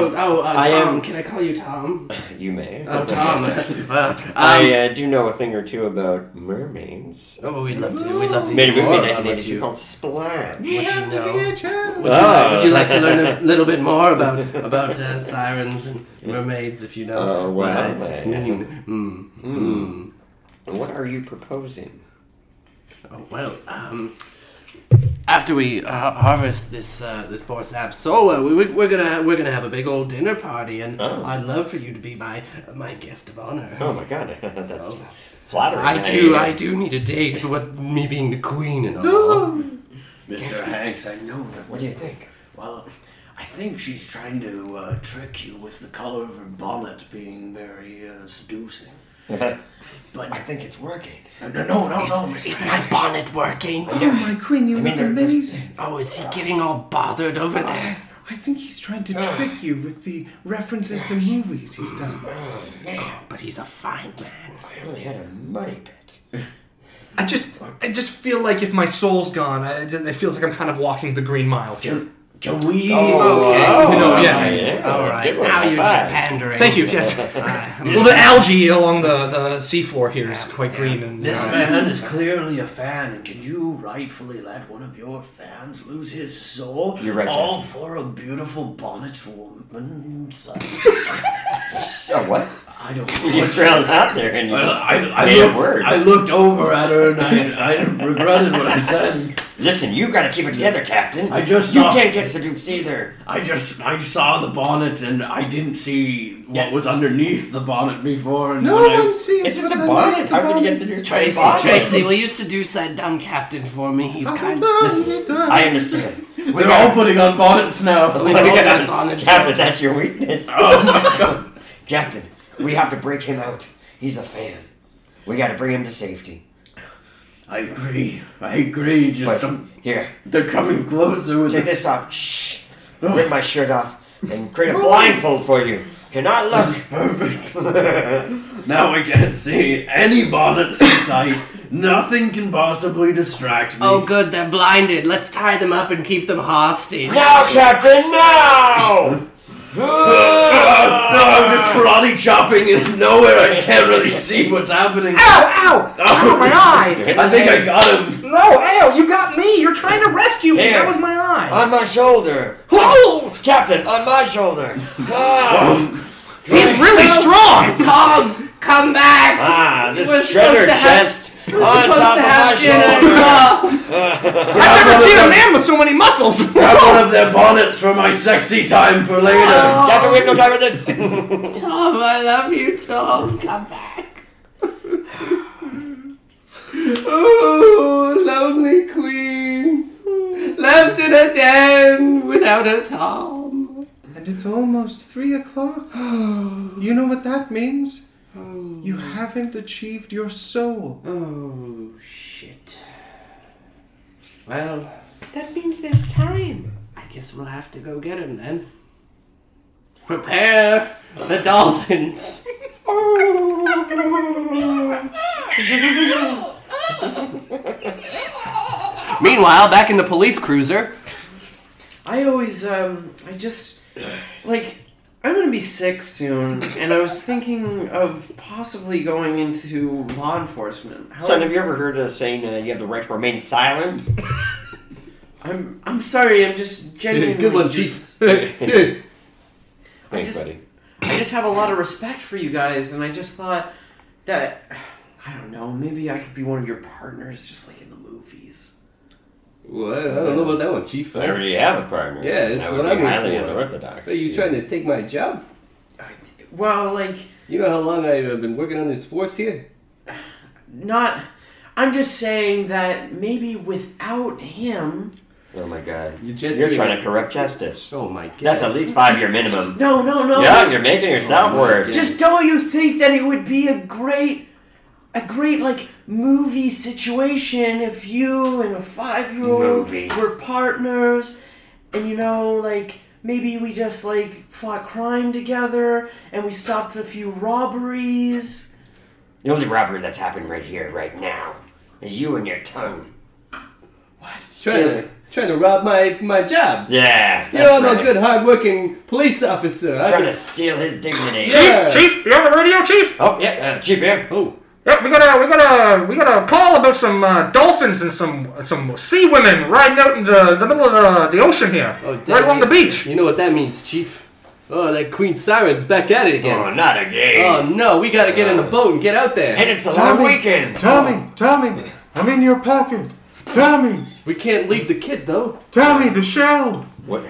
[SPEAKER 5] am.
[SPEAKER 1] oh, uh,
[SPEAKER 5] I
[SPEAKER 1] Tom.
[SPEAKER 5] am-
[SPEAKER 1] Can I call you Tom?
[SPEAKER 5] You may.
[SPEAKER 1] Oh, Tom. well, um,
[SPEAKER 5] *laughs* I uh, do know a thing or two about mermaids.
[SPEAKER 1] oh, we'd love to. We'd love to.
[SPEAKER 5] Made a
[SPEAKER 1] hear
[SPEAKER 5] movie
[SPEAKER 1] more
[SPEAKER 5] in
[SPEAKER 1] about what
[SPEAKER 5] 1982
[SPEAKER 1] you.
[SPEAKER 5] called Splash.
[SPEAKER 3] we
[SPEAKER 1] you
[SPEAKER 3] have the
[SPEAKER 1] know?
[SPEAKER 3] VHS.
[SPEAKER 1] Would you, like,
[SPEAKER 5] Oh.
[SPEAKER 1] would you like to learn a
[SPEAKER 5] *laughs*
[SPEAKER 1] little bit more about about uh, sirens and mermaids, if you know?
[SPEAKER 5] Oh,
[SPEAKER 1] what
[SPEAKER 5] wow.
[SPEAKER 1] I mean? Mm, mm.
[SPEAKER 5] What are you proposing?
[SPEAKER 1] Oh, well, um, after we uh, harvest this uh, this poor sap soul, uh, we, we, we're gonna we're gonna have a big old dinner party, and
[SPEAKER 5] Oh.
[SPEAKER 1] I'd love for you to be my my guest of honor.
[SPEAKER 5] Oh my god, *laughs* that's
[SPEAKER 1] Oh.
[SPEAKER 5] flattering. eh?
[SPEAKER 1] I do I do need a date, but me being the queen
[SPEAKER 5] *gasps*
[SPEAKER 1] and all.
[SPEAKER 7] Mr. Hanks, I know that.
[SPEAKER 5] What do you think?
[SPEAKER 7] Well, I think she's trying to uh, trick you with the color of her bonnet being very uh, seducing. But
[SPEAKER 5] I think it's working.
[SPEAKER 7] no, no, no, no,
[SPEAKER 1] Is,
[SPEAKER 7] Mr.
[SPEAKER 1] is my
[SPEAKER 7] Hanks.
[SPEAKER 1] bonnet working?
[SPEAKER 3] Oh, my queen, you look
[SPEAKER 5] there- there's-
[SPEAKER 3] amazing.
[SPEAKER 1] Oh, is he getting all bothered over there?
[SPEAKER 3] I think he's trying to trick you with the references to movies he's done.
[SPEAKER 1] But he's a fine man.
[SPEAKER 5] I only had a money pit.
[SPEAKER 2] I just, I just feel like if my soul's gone, I, it feels like I'm kind of walking the green mile here.
[SPEAKER 7] Can we?
[SPEAKER 5] okay.
[SPEAKER 2] You know, yeah.
[SPEAKER 1] All right, now you're just pandering.
[SPEAKER 2] Thank you. Yes. well, the algae along the, the seafloor here is quite green and
[SPEAKER 7] This man Oh, is clearly a fan, and can you rightfully let one of your fans lose his soul?
[SPEAKER 5] You're right,
[SPEAKER 7] All for a beautiful bonnet woman. son?
[SPEAKER 5] So what?
[SPEAKER 7] I don't
[SPEAKER 5] *laughs*
[SPEAKER 7] *laughs*
[SPEAKER 5] You
[SPEAKER 7] know.
[SPEAKER 5] drowned out there and you
[SPEAKER 7] I,
[SPEAKER 5] just
[SPEAKER 7] I, I,
[SPEAKER 5] made up
[SPEAKER 7] looked,
[SPEAKER 5] words.
[SPEAKER 7] I looked over at her and I, I regretted what I said.
[SPEAKER 5] Listen, you gotta keep it together, Captain.
[SPEAKER 7] I just
[SPEAKER 5] you
[SPEAKER 7] saw-
[SPEAKER 5] can't get seduced either.
[SPEAKER 7] I just I saw the bonnet and I didn't see what was underneath the bonnet before. And
[SPEAKER 3] No
[SPEAKER 7] when I-
[SPEAKER 3] one sees
[SPEAKER 5] It's just
[SPEAKER 3] what's
[SPEAKER 5] a
[SPEAKER 3] underneath
[SPEAKER 5] bonnet.
[SPEAKER 3] the
[SPEAKER 5] How could you
[SPEAKER 3] bonnet.
[SPEAKER 5] get seduced by a
[SPEAKER 1] Tracy,
[SPEAKER 5] bonnet?
[SPEAKER 1] Tracy, will you seduce that dumb captain for me? He's
[SPEAKER 2] Oh,
[SPEAKER 1] kind of.
[SPEAKER 5] I understand. We
[SPEAKER 7] They're
[SPEAKER 5] gotta-
[SPEAKER 7] all putting on bonnets now.
[SPEAKER 5] *laughs* we
[SPEAKER 1] all
[SPEAKER 5] gotta-
[SPEAKER 1] got bonnets
[SPEAKER 5] Captain,
[SPEAKER 1] on.
[SPEAKER 5] that's your weakness.
[SPEAKER 7] oh my god!
[SPEAKER 5] *laughs* Captain, we have to break him out. He's a fan. We gotta bring him to safety.
[SPEAKER 7] I agree. I agree.
[SPEAKER 5] But
[SPEAKER 7] Just um,
[SPEAKER 5] here,
[SPEAKER 7] they're coming closer with
[SPEAKER 5] take
[SPEAKER 7] the
[SPEAKER 5] this
[SPEAKER 7] *laughs*
[SPEAKER 5] off. Shh. Rip my shirt off and create a blindfold for you. Cannot
[SPEAKER 1] *laughs*
[SPEAKER 5] look.
[SPEAKER 7] Perfect. *laughs* now I can't see any bonnets in sight. Nothing can possibly distract me.
[SPEAKER 1] Oh, good, they're blinded. Let's tie them up and keep them hostage.
[SPEAKER 5] Now,
[SPEAKER 1] *laughs*
[SPEAKER 5] Captain, now!
[SPEAKER 7] Ah, no, I'm just karate chopping in nowhere. I can't really see what's happening.
[SPEAKER 8] Ow! Ow! Ow!
[SPEAKER 2] *laughs*
[SPEAKER 8] My eye!
[SPEAKER 7] I think I got him.
[SPEAKER 8] No! Ow! You got me! You're trying to rescue me! That was my
[SPEAKER 2] Uh,
[SPEAKER 8] eye!
[SPEAKER 5] on my shoulder.
[SPEAKER 8] Whoa!
[SPEAKER 5] Captain, on
[SPEAKER 1] *laughs*
[SPEAKER 5] my shoulder. Ah,
[SPEAKER 1] He's really
[SPEAKER 2] *laughs*
[SPEAKER 1] strong! Tom, come back!
[SPEAKER 5] ah this
[SPEAKER 1] We're supposed
[SPEAKER 5] treasure
[SPEAKER 1] to have-
[SPEAKER 5] chest
[SPEAKER 1] We're
[SPEAKER 5] on
[SPEAKER 1] supposed
[SPEAKER 5] top
[SPEAKER 1] to
[SPEAKER 5] of
[SPEAKER 1] have
[SPEAKER 5] my
[SPEAKER 1] dinner,
[SPEAKER 5] shoulder.
[SPEAKER 1] Tom! *laughs*
[SPEAKER 2] I've never seen a man with so many muscles.
[SPEAKER 7] Grab one of their bonnets for my sexy time for
[SPEAKER 5] *laughs*
[SPEAKER 7] later.
[SPEAKER 5] Captain, we have no time for this.
[SPEAKER 1] *laughs* Tom, I love you, Tom. Come back. Ooh, Oh, lonely queen. Left in a den without a Tom.
[SPEAKER 3] And it's almost three o'clock. *gasps* you know what that means? You haven't achieved your soul.
[SPEAKER 1] Oh, shit. Well,
[SPEAKER 4] That means there's time.
[SPEAKER 1] I guess we'll have to go get him then. Prepare the dolphins. Meanwhile, back in the police cruiser.
[SPEAKER 4] I always, um, I just, like, I'm gonna be sick soon, and I was thinking of possibly going into law enforcement. How-
[SPEAKER 5] Son, have you ever heard of saying that you have the right to remain silent?
[SPEAKER 4] I'm, I'm sorry, I'm just
[SPEAKER 1] *laughs*
[SPEAKER 4] genuinely.
[SPEAKER 1] Good one, Chief.
[SPEAKER 4] just-
[SPEAKER 1] *laughs*
[SPEAKER 5] Thanks,
[SPEAKER 4] just-
[SPEAKER 5] buddy.
[SPEAKER 4] I just have a lot of respect for you guys, and I just thought that, I don't know, maybe I could be one of your partners, just like in the movies.
[SPEAKER 1] Well, I don't know about that one, Chief.
[SPEAKER 5] I already have a partner.
[SPEAKER 1] Yeah, it's
[SPEAKER 5] That
[SPEAKER 1] what
[SPEAKER 5] would
[SPEAKER 1] I'm
[SPEAKER 5] be
[SPEAKER 1] here
[SPEAKER 5] highly
[SPEAKER 1] for.
[SPEAKER 5] unorthodox.
[SPEAKER 1] Are you
[SPEAKER 5] too.
[SPEAKER 1] trying to take my job?
[SPEAKER 4] Well, like,
[SPEAKER 1] You know how long I've uh, been working on this force here?
[SPEAKER 4] not. I'm just saying that maybe without him.
[SPEAKER 5] Oh my god.
[SPEAKER 1] You're just
[SPEAKER 5] You're
[SPEAKER 1] doing-
[SPEAKER 5] trying to corrupt justice.
[SPEAKER 1] Oh my god.
[SPEAKER 5] That's at least five year minimum.
[SPEAKER 4] No, no, no.
[SPEAKER 5] Yeah, you're making yourself
[SPEAKER 1] Oh,
[SPEAKER 5] worse.
[SPEAKER 4] Just don't you think that it would be a great, a great like movie situation if you and a five-year-old
[SPEAKER 5] Movies.
[SPEAKER 4] were partners, and you know like maybe we just like fought crime together and we stopped a few robberies.
[SPEAKER 5] The only robbery that's happened right here, right now, is you and your tongue.
[SPEAKER 1] trying to trying to rob my my job.
[SPEAKER 5] Yeah.
[SPEAKER 1] You know, I'm
[SPEAKER 5] that's
[SPEAKER 1] a
[SPEAKER 5] right.
[SPEAKER 1] good, hard-working police officer. I
[SPEAKER 5] Trying
[SPEAKER 1] can-
[SPEAKER 5] to steal his dignity.
[SPEAKER 1] Yeah.
[SPEAKER 2] Chief, you on the radio, Chief?
[SPEAKER 5] Oh yeah, uh, Chief here.
[SPEAKER 1] Oh,
[SPEAKER 2] Yep, we got a we got a we got a call about some uh, dolphins and some some sea women riding out in the, the middle of the, the ocean here,
[SPEAKER 1] oh, damn
[SPEAKER 2] right along
[SPEAKER 1] you-
[SPEAKER 2] the beach.
[SPEAKER 1] You know what that means, Chief? Oh, that Queen Siren's back at it
[SPEAKER 5] Oh,
[SPEAKER 1] again.
[SPEAKER 5] not again.
[SPEAKER 1] Oh no, we gotta get in the boat and get out there.
[SPEAKER 5] and it's a
[SPEAKER 3] Tommy.
[SPEAKER 5] long weekend.
[SPEAKER 3] Tommy, Tommy, I'm in your pocket. Tommy,
[SPEAKER 1] We can't leave the kid though.
[SPEAKER 3] Tommy, the shell.
[SPEAKER 5] What?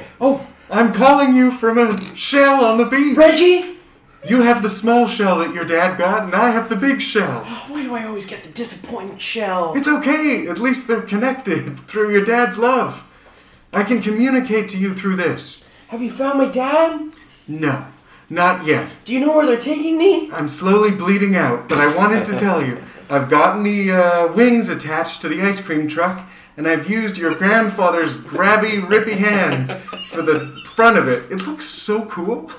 [SPEAKER 3] I'm calling you from a shell on the beach.
[SPEAKER 4] Reggie,
[SPEAKER 3] You have the small shell that your dad got, and I have the big shell.
[SPEAKER 4] why do I always get the disappointing shell?
[SPEAKER 3] It's okay. At least they're connected *laughs* through your dad's love. I can communicate to you through this.
[SPEAKER 4] Have you found my dad?
[SPEAKER 3] No, not yet.
[SPEAKER 4] Do you know where they're taking me?
[SPEAKER 3] I'm slowly bleeding out, but I wanted to tell you. I've gotten the uh, wings attached to the ice cream truck, and I've used your grandfather's grabby, rippy hands for the front of it. It looks so cool.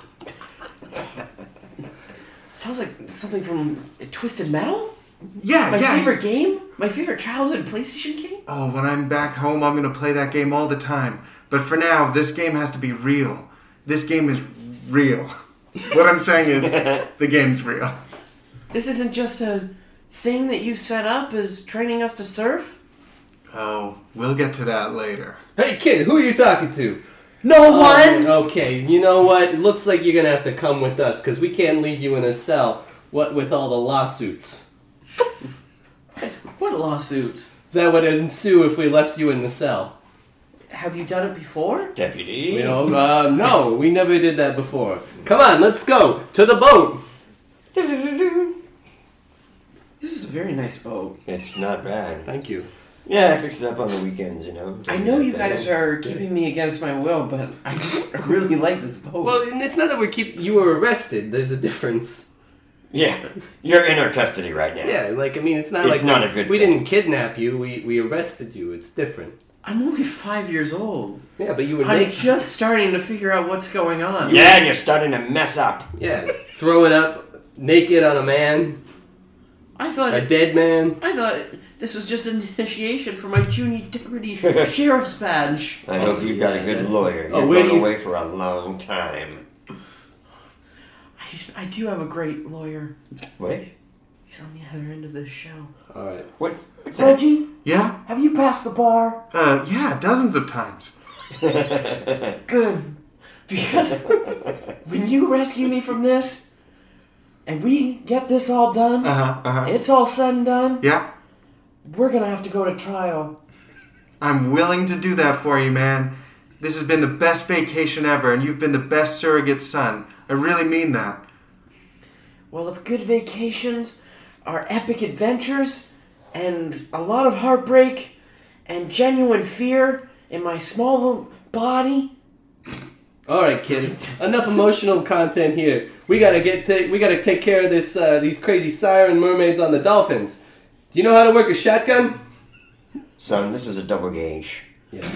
[SPEAKER 4] Sounds like something from Twisted Metal.
[SPEAKER 3] Yeah,
[SPEAKER 4] My
[SPEAKER 3] yeah.
[SPEAKER 4] favorite game? My favorite childhood PlayStation game?
[SPEAKER 3] Oh, when I'm back home, I'm gonna play that game all the time. But for now, this game has to be real. This game is real. What I'm saying
[SPEAKER 4] *laughs*
[SPEAKER 3] is, the game's real.
[SPEAKER 4] This isn't just a thing that you set up as training us to surf?
[SPEAKER 3] Oh, we'll get to that later.
[SPEAKER 1] Hey, kid, who are you talking to? No one. okay, you know what? It looks like you're gonna have to come with us because we can't leave you in a cell. What with all the lawsuits
[SPEAKER 4] What lawsuits?
[SPEAKER 1] that would ensue if we left you in the cell?
[SPEAKER 4] Have you done it before?
[SPEAKER 5] Deputy.
[SPEAKER 1] You know, uh, no, we never did that before. Come on, let's go to the boat.
[SPEAKER 4] This is a very nice boat.
[SPEAKER 5] It's not bad.
[SPEAKER 1] Thank you.
[SPEAKER 5] Yeah, I fix it up on the weekends, you know.
[SPEAKER 4] I know you guys are keeping me against my will, but I just *laughs* really like this boat.
[SPEAKER 1] Well, and it's not that we keep you were arrested. There's a difference.
[SPEAKER 5] Yeah, you're in our custody right now.
[SPEAKER 1] Yeah, like I mean, it's not
[SPEAKER 5] It's
[SPEAKER 1] like
[SPEAKER 5] not
[SPEAKER 1] we,
[SPEAKER 5] a good
[SPEAKER 1] we
[SPEAKER 5] thing.
[SPEAKER 1] didn't kidnap you. We we arrested you. It's different.
[SPEAKER 4] I'm only five years old.
[SPEAKER 1] Yeah, but you would
[SPEAKER 4] I'm
[SPEAKER 1] make
[SPEAKER 4] just starting to figure out what's going on.
[SPEAKER 5] Yeah, and you're starting to mess up.
[SPEAKER 1] yeah throw it up naked on a man,
[SPEAKER 4] I thought
[SPEAKER 1] a dead man.
[SPEAKER 4] I thought this was just an initiation for my junior *laughs* deputy sheriff's badge.
[SPEAKER 5] I hope you got a good
[SPEAKER 1] That's-
[SPEAKER 5] lawyer.
[SPEAKER 1] Oh,
[SPEAKER 5] You're
[SPEAKER 1] where do
[SPEAKER 5] going
[SPEAKER 1] you-
[SPEAKER 5] away for a long time.
[SPEAKER 4] I, I do have a great lawyer.
[SPEAKER 5] Wait,
[SPEAKER 4] He's on the other end of this show.
[SPEAKER 1] All right.
[SPEAKER 5] what?
[SPEAKER 8] Reggie,
[SPEAKER 3] Yeah?
[SPEAKER 8] have you passed the bar?
[SPEAKER 3] Uh, yeah, dozens of times.
[SPEAKER 8] Good. Because when you rescue me from this, and we get this all done,
[SPEAKER 3] Uh
[SPEAKER 4] Uh-huh,
[SPEAKER 3] huh, uh huh.
[SPEAKER 8] it's all said and done,
[SPEAKER 3] Yeah?
[SPEAKER 8] we're gonna have to go to trial.
[SPEAKER 3] I'm willing to do that for you, man. This has been the best vacation ever, and you've been the best surrogate son. I really mean that.
[SPEAKER 4] Well, if good vacations are epic adventures and a lot of heartbreak and genuine fear in my small little body,
[SPEAKER 1] All right, kid. Enough emotional content here. We gotta get to, we gotta take care of this uh, these crazy siren mermaids on the dolphins. Do you know how to work a shotgun?
[SPEAKER 5] Son, this is a double gauge.
[SPEAKER 1] Yeah.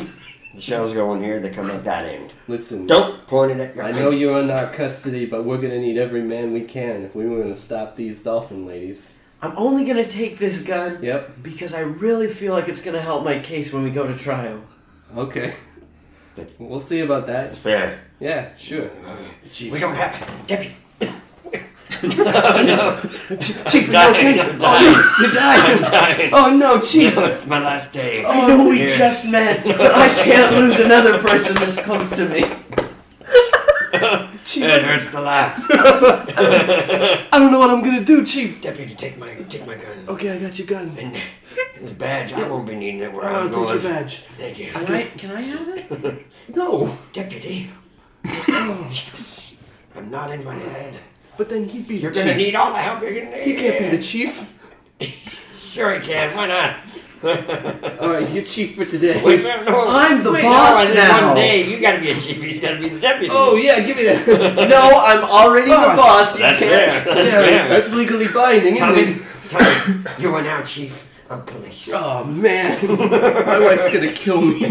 [SPEAKER 5] The shells go in here, they come at that end.
[SPEAKER 1] Listen,
[SPEAKER 5] Don't point it at your
[SPEAKER 1] I know
[SPEAKER 5] eyes.
[SPEAKER 1] you're in our custody, but we're gonna need every man we can if we were gonna stop these dolphin ladies.
[SPEAKER 4] I'm only gonna take this gun
[SPEAKER 1] Yep.
[SPEAKER 4] because I really feel like it's gonna help my case when we go to trial.
[SPEAKER 1] Okay.
[SPEAKER 5] That's-
[SPEAKER 1] We'll see about that.
[SPEAKER 5] Fair.
[SPEAKER 1] Yeah, sure.
[SPEAKER 5] We don't have deputy.
[SPEAKER 1] *laughs* Chief, are
[SPEAKER 5] Dying,
[SPEAKER 1] you okay?
[SPEAKER 5] I'm
[SPEAKER 1] Oh, you're dying.
[SPEAKER 5] Dying.
[SPEAKER 1] Oh no, Chief. Oh,
[SPEAKER 5] No, it's my last day.
[SPEAKER 4] I know we just met, but I can't lose another person this close to me.
[SPEAKER 5] It hurts to laugh.
[SPEAKER 1] *laughs* I don't know what I'm gonna do, Chief.
[SPEAKER 5] deputy, take my take my gun.
[SPEAKER 1] Okay, I got your gun.
[SPEAKER 5] And this badge, I won't be needing it where
[SPEAKER 1] I'll
[SPEAKER 5] I'm
[SPEAKER 1] take
[SPEAKER 5] going.
[SPEAKER 1] your badge.
[SPEAKER 5] Thank you.
[SPEAKER 4] Can I, can I have it?
[SPEAKER 5] *laughs*
[SPEAKER 1] *laughs* No,
[SPEAKER 5] Deputy. yes. I'm not in my head.
[SPEAKER 1] but then he'd be
[SPEAKER 5] You're
[SPEAKER 1] the
[SPEAKER 5] gonna
[SPEAKER 1] chief.
[SPEAKER 5] need all the help you can need.
[SPEAKER 1] He can't be the chief.
[SPEAKER 5] Sure he can. Why not?
[SPEAKER 1] All right, you're chief for today.
[SPEAKER 5] Wait, no, no.
[SPEAKER 4] I'm the
[SPEAKER 5] Wait,
[SPEAKER 4] boss
[SPEAKER 5] no,
[SPEAKER 4] now.
[SPEAKER 5] One day you gotta be a chief. He's gotta be the deputy.
[SPEAKER 1] Oh yeah, give me that. *laughs*
[SPEAKER 4] No, I'm already the
[SPEAKER 1] Oh,
[SPEAKER 4] boss. You
[SPEAKER 5] that's fair.
[SPEAKER 4] can't.
[SPEAKER 5] That's
[SPEAKER 1] Yeah,
[SPEAKER 5] fair.
[SPEAKER 1] that's legally binding. Isn't
[SPEAKER 5] Tommy,
[SPEAKER 1] it?
[SPEAKER 5] Tommy, you are now chief of police.
[SPEAKER 1] Oh man, my wife's gonna kill me.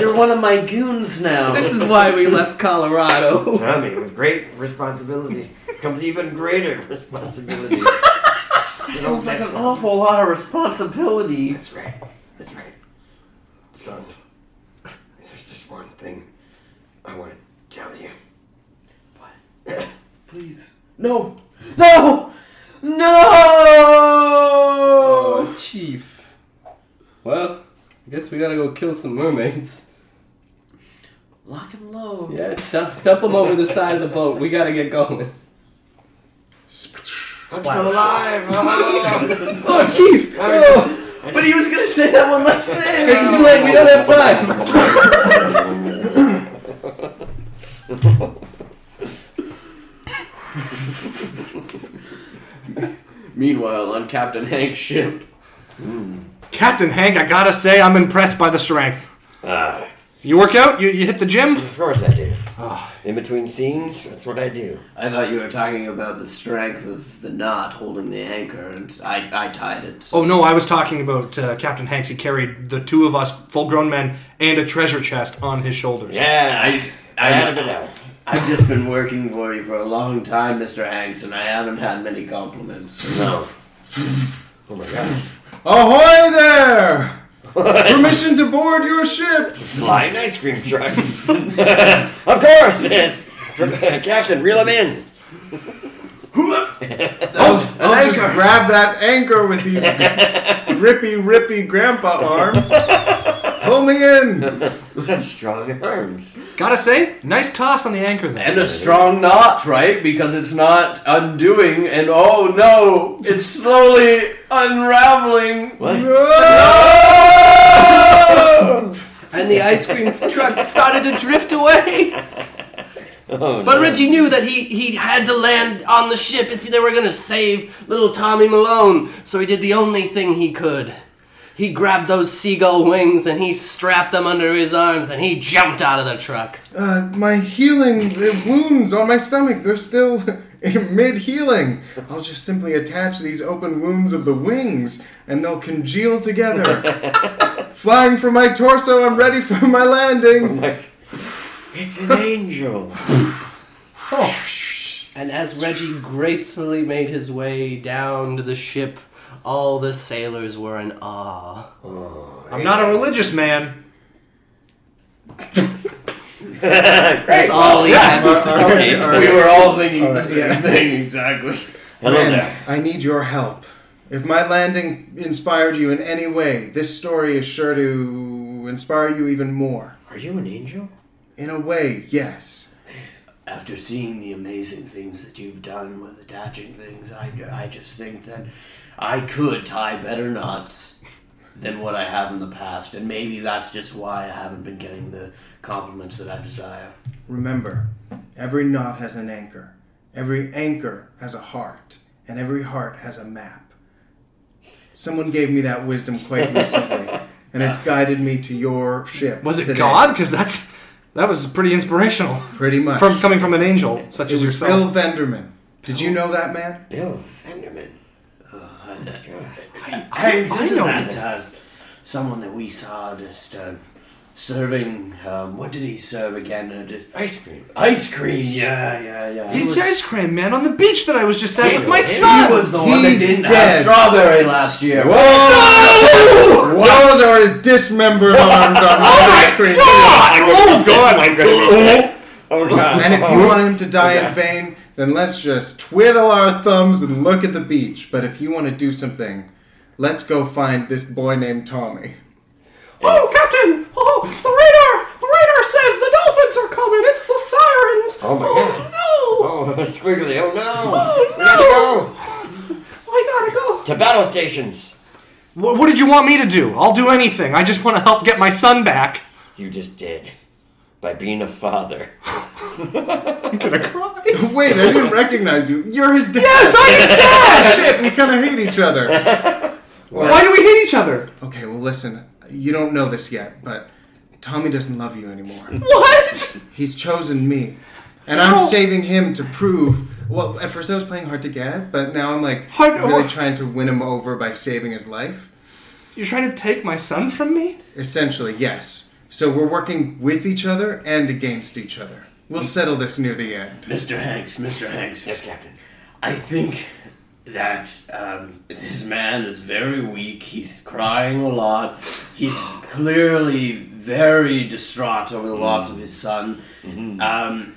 [SPEAKER 4] You're one of my goons now.
[SPEAKER 1] This is why we left Colorado.
[SPEAKER 5] Tommy, with great responsibility comes even greater *laughs* responsibility.
[SPEAKER 4] sounds like an awful lot of responsibility.
[SPEAKER 5] That's right. That's right. Son, there's just one thing I want to tell you.
[SPEAKER 4] Please. No. No. No.
[SPEAKER 1] Oh, chief. Well, I guess we gotta go kill some mermaids.
[SPEAKER 4] Lock and load.
[SPEAKER 1] Yeah, dump, dump 'em over the side of the boat. We gotta get going.
[SPEAKER 5] I'm still alive.
[SPEAKER 4] *laughs*
[SPEAKER 5] Oh,
[SPEAKER 1] Oh, chief. Oh,
[SPEAKER 4] But he was gonna say that one last thing.
[SPEAKER 1] it's too late. We don't have time.
[SPEAKER 4] Meanwhile, on Captain Hank's ship.
[SPEAKER 2] Captain Hank, I gotta say, I'm impressed by the strength.
[SPEAKER 5] Ah,
[SPEAKER 2] You work out? You, you hit the gym?
[SPEAKER 5] of course I do. In between scenes, that's what I do.
[SPEAKER 4] I thought you were talking about the strength of the knot holding the anchor, and I, I tied it. so-
[SPEAKER 2] Oh no, I was talking about uh, Captain Hanks. He carried the two of us, full grown men, and a treasure chest on his shoulders.
[SPEAKER 5] Yeah,
[SPEAKER 4] I-
[SPEAKER 5] I
[SPEAKER 4] I-
[SPEAKER 5] had a bit out.
[SPEAKER 4] I've just been working for you for a long time, Mr. Hanks, and I haven't had many compliments.
[SPEAKER 5] No. Oh my god.
[SPEAKER 3] Ahoy there! Permission to board your ship!
[SPEAKER 5] Flying ice cream truck. *laughs* of course, yes. *laughs* Captain, reel him in.
[SPEAKER 3] I'll, I'll just grab that anchor with these rippy, rippy grandpa arms. Pull me in!
[SPEAKER 5] Such strong arms.
[SPEAKER 2] Gotta say, nice toss on the anchor there.
[SPEAKER 4] And a strong knot, right? Because it's not undoing, and oh no, it's slowly unraveling.
[SPEAKER 5] What?
[SPEAKER 3] No!
[SPEAKER 1] And the ice cream truck started to drift away.
[SPEAKER 5] Oh,
[SPEAKER 1] But
[SPEAKER 5] no.
[SPEAKER 1] Reggie knew that he, he had to land on the ship if they were going to save little Tommy Malone, so he did the only thing he could. He grabbed those seagull wings and he strapped them under his arms and he jumped out of the truck.
[SPEAKER 3] Uh, my healing the wounds on my stomach, they're still *laughs* mid healing. I'll just simply attach these open wounds of the wings and they'll congeal together. Flying from my torso, I'm ready for my *laughs* landing.
[SPEAKER 5] Like, it's an *laughs* angel.
[SPEAKER 1] And as Reggie gracefully made his way down to the ship, all the sailors were in awe.
[SPEAKER 2] I'm not a religious man.
[SPEAKER 1] That's all he had to
[SPEAKER 3] *laughs*
[SPEAKER 1] say.
[SPEAKER 3] Okay, all
[SPEAKER 4] We
[SPEAKER 3] right.
[SPEAKER 4] were all thinking the same
[SPEAKER 3] yeah.
[SPEAKER 4] thing, exactly.
[SPEAKER 5] Hello
[SPEAKER 3] Men,
[SPEAKER 5] there.
[SPEAKER 3] I need your help. If my landing inspired you in any way, this story is sure to inspire you even more.
[SPEAKER 5] Are you an angel?
[SPEAKER 3] In a way, yes.
[SPEAKER 7] After seeing the amazing things that you've done with attaching things, I, I just think that I could tie better knots than what I have in the past, and maybe that's just why I haven't been getting the compliments that I desire.
[SPEAKER 3] Remember, every knot has an anchor, every anchor has a heart, and every heart has a map. Someone gave me that wisdom quite recently, and it's guided me to your ship.
[SPEAKER 2] Was it
[SPEAKER 3] today.
[SPEAKER 2] God? Because that's that was pretty inspirational.
[SPEAKER 3] Pretty much.
[SPEAKER 2] From coming from an angel such
[SPEAKER 3] it
[SPEAKER 2] as
[SPEAKER 3] was
[SPEAKER 2] yourself.
[SPEAKER 3] Bill Venderman. Did you know that man?
[SPEAKER 5] Bill Oh, Fenderman.
[SPEAKER 7] Hanks,
[SPEAKER 2] I
[SPEAKER 7] isn't
[SPEAKER 2] know
[SPEAKER 7] that uh, someone that we saw just uh, serving? Um, what did he serve again? Uh, just
[SPEAKER 5] Ice cream.
[SPEAKER 7] ice cream. Yeah, yeah, yeah.
[SPEAKER 2] He's
[SPEAKER 7] was,
[SPEAKER 2] the ice cream man on the beach that I was just at with my
[SPEAKER 7] he
[SPEAKER 2] son.
[SPEAKER 7] was the one that
[SPEAKER 3] He's
[SPEAKER 7] didn't have
[SPEAKER 3] dead.
[SPEAKER 7] strawberry last year.
[SPEAKER 3] Those are his dismembered arms on my screen.
[SPEAKER 5] Oh, God! I'm gonna Oh, God.
[SPEAKER 3] And if you want him to die in vain, then let's just twiddle our thumbs and look at the beach. But if you want to do something, let's go find this boy named Tommy.
[SPEAKER 2] Oh, Captain! Oh, the radar! The radar says the dolphins are coming. It's the sirens.
[SPEAKER 5] Oh, my God.
[SPEAKER 2] no!
[SPEAKER 5] Oh, *laughs* squiggly. Oh, no.
[SPEAKER 2] Oh,
[SPEAKER 5] We gotta
[SPEAKER 2] no.
[SPEAKER 5] go.
[SPEAKER 2] I gotta go.
[SPEAKER 5] To battle stations.
[SPEAKER 2] What, what did you want me to do? I'll do anything. I just want to help get my son back.
[SPEAKER 5] You just did. By being a father.
[SPEAKER 2] I'm gonna cry.
[SPEAKER 3] *laughs* Wait, I didn't recognize you. You're his dad.
[SPEAKER 2] Yes, oh, I'm
[SPEAKER 3] *laughs*
[SPEAKER 2] his dad.
[SPEAKER 3] Shit, we kind of hate each other.
[SPEAKER 2] Why do we hate each other?
[SPEAKER 3] Okay, well, listen. You don't know this yet, but Tommy doesn't love you anymore.
[SPEAKER 2] What?
[SPEAKER 3] He's chosen me, and I'm
[SPEAKER 2] No.
[SPEAKER 3] saving him to prove. Well, at first I was playing hard to get, but now I'm like
[SPEAKER 2] Hard-
[SPEAKER 3] really
[SPEAKER 2] wha-
[SPEAKER 3] trying to win him over by saving his life.
[SPEAKER 2] You're trying to take my son from me?
[SPEAKER 3] Essentially, yes. So we're working with each other and against each other. We'll settle this near the end.
[SPEAKER 7] Mr. Hanks, Mr. Hanks.
[SPEAKER 5] Yes, Captain.
[SPEAKER 7] I think that um, this man is very weak. He's crying a lot. He's clearly very distraught over the loss of his son. Um,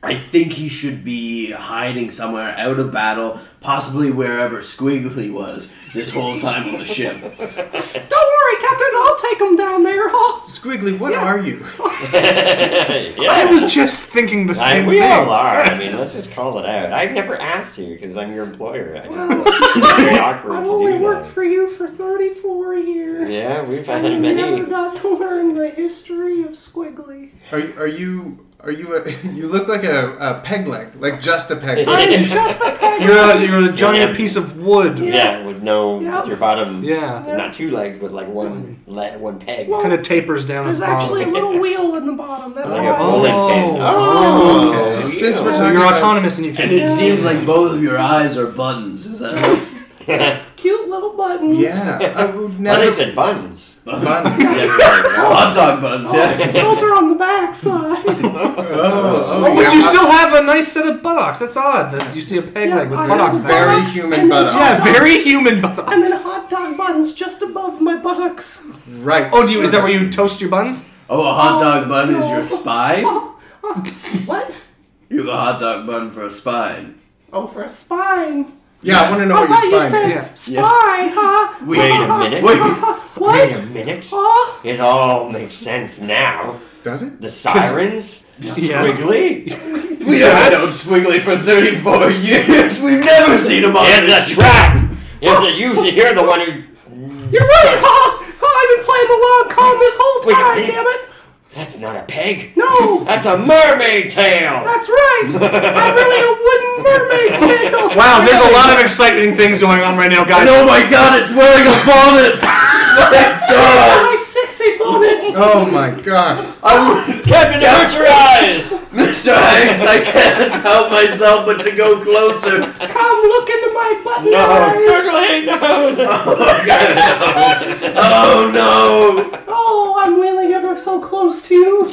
[SPEAKER 7] I think he should be hiding somewhere out of battle, possibly wherever Squiggly was this whole time on the ship.
[SPEAKER 2] Don't worry, Captain. I'll take him down there. I'll-
[SPEAKER 3] Squiggly, what are you?
[SPEAKER 2] I
[SPEAKER 5] *laughs* yeah.
[SPEAKER 2] was just thinking the
[SPEAKER 5] I,
[SPEAKER 2] same
[SPEAKER 5] we
[SPEAKER 2] thing.
[SPEAKER 5] all are. I mean, let's just call it out. I've never asked you because I'm your employer. I just, it's very awkward to do that.
[SPEAKER 2] you for 34 years.
[SPEAKER 5] Yeah, we've had many.
[SPEAKER 2] got to learn the history of Squiggly.
[SPEAKER 3] Are you? Are you? Are you? A, *laughs* you look like a, a peg leg, like just a peg leg.
[SPEAKER 5] *laughs* I'm
[SPEAKER 2] just a You're a, you're a giant
[SPEAKER 5] Yeah.
[SPEAKER 2] piece of wood.
[SPEAKER 5] Yeah, with no
[SPEAKER 2] Yeah.
[SPEAKER 5] your bottom.
[SPEAKER 2] Yeah.
[SPEAKER 5] Not two legs, but like one le- one peg.
[SPEAKER 2] Kind of tapers down. at the bottom.
[SPEAKER 5] a little
[SPEAKER 1] wheel in the bottom. That's
[SPEAKER 5] Like a bullet head.
[SPEAKER 2] Oh.
[SPEAKER 5] Oh.
[SPEAKER 3] Since we're
[SPEAKER 2] So
[SPEAKER 3] talking
[SPEAKER 2] you're
[SPEAKER 3] about-
[SPEAKER 2] autonomous and you can.
[SPEAKER 7] And it seems like both of your eyes are buttons. Is that right?
[SPEAKER 1] Cute little buttons.
[SPEAKER 3] Yeah. Uh, now
[SPEAKER 5] *laughs* Well, they
[SPEAKER 3] that-
[SPEAKER 5] said buns.
[SPEAKER 2] *laughs*
[SPEAKER 3] Buns.
[SPEAKER 7] Hot dog buns, yeah.
[SPEAKER 1] Those are on the backside.
[SPEAKER 3] Oh,
[SPEAKER 2] Oh, but you still have a nice set of buttocks. That's odd. That you see a peg leg with buttocks.
[SPEAKER 3] very human buttocks.
[SPEAKER 2] yeah, very human buttocks.
[SPEAKER 1] and then hot dog buns just above my buttocks.
[SPEAKER 3] Right.
[SPEAKER 2] Oh, do you, is that where you toast your buns?
[SPEAKER 7] Oh, a hot dog bun is your spine?
[SPEAKER 1] What?
[SPEAKER 7] You have a hot dog bun for a spine.
[SPEAKER 1] Oh, for a spine.
[SPEAKER 3] Yeah, I want to
[SPEAKER 2] Oh,
[SPEAKER 3] know
[SPEAKER 1] I
[SPEAKER 3] what
[SPEAKER 1] thought
[SPEAKER 3] your
[SPEAKER 1] you
[SPEAKER 3] spine
[SPEAKER 1] said
[SPEAKER 2] yeah.
[SPEAKER 1] spy, huh?
[SPEAKER 7] Wait,
[SPEAKER 5] Wait a minute.
[SPEAKER 7] Wait,
[SPEAKER 5] Wait
[SPEAKER 1] What?
[SPEAKER 5] a minute.
[SPEAKER 1] Huh?
[SPEAKER 5] It all makes sense now.
[SPEAKER 3] Does it?
[SPEAKER 5] The sirens?
[SPEAKER 2] Yes.
[SPEAKER 5] Squiggly?
[SPEAKER 7] we have known Squiggly for 34 years. We've never seen him on
[SPEAKER 5] It's a
[SPEAKER 7] this
[SPEAKER 5] trap! It's a, you, you're the one who.
[SPEAKER 1] You're right, huh? Huh, I've been playing the long con this whole
[SPEAKER 5] Wait a
[SPEAKER 1] time,
[SPEAKER 5] minute.
[SPEAKER 1] damn it!
[SPEAKER 5] That's not a peg.
[SPEAKER 1] No!
[SPEAKER 5] That's a mermaid tail!
[SPEAKER 1] That's right! I'm really a wooden mermaid tail!
[SPEAKER 2] Wow, there's a lot of exciting things going on right now, guys.
[SPEAKER 7] Oh my god, it's wearing a bonnet! *laughs* Let's go!
[SPEAKER 1] My sexy bonnet!
[SPEAKER 3] Oh my god.
[SPEAKER 5] Captain, hurt your eyes!
[SPEAKER 7] Mr. Hanks, I can't help myself but to go closer.
[SPEAKER 1] Come look into my button
[SPEAKER 5] No,
[SPEAKER 1] eyes!
[SPEAKER 5] Squiggly, no!
[SPEAKER 7] Oh no!
[SPEAKER 1] Oh, I'm really ever so close to you!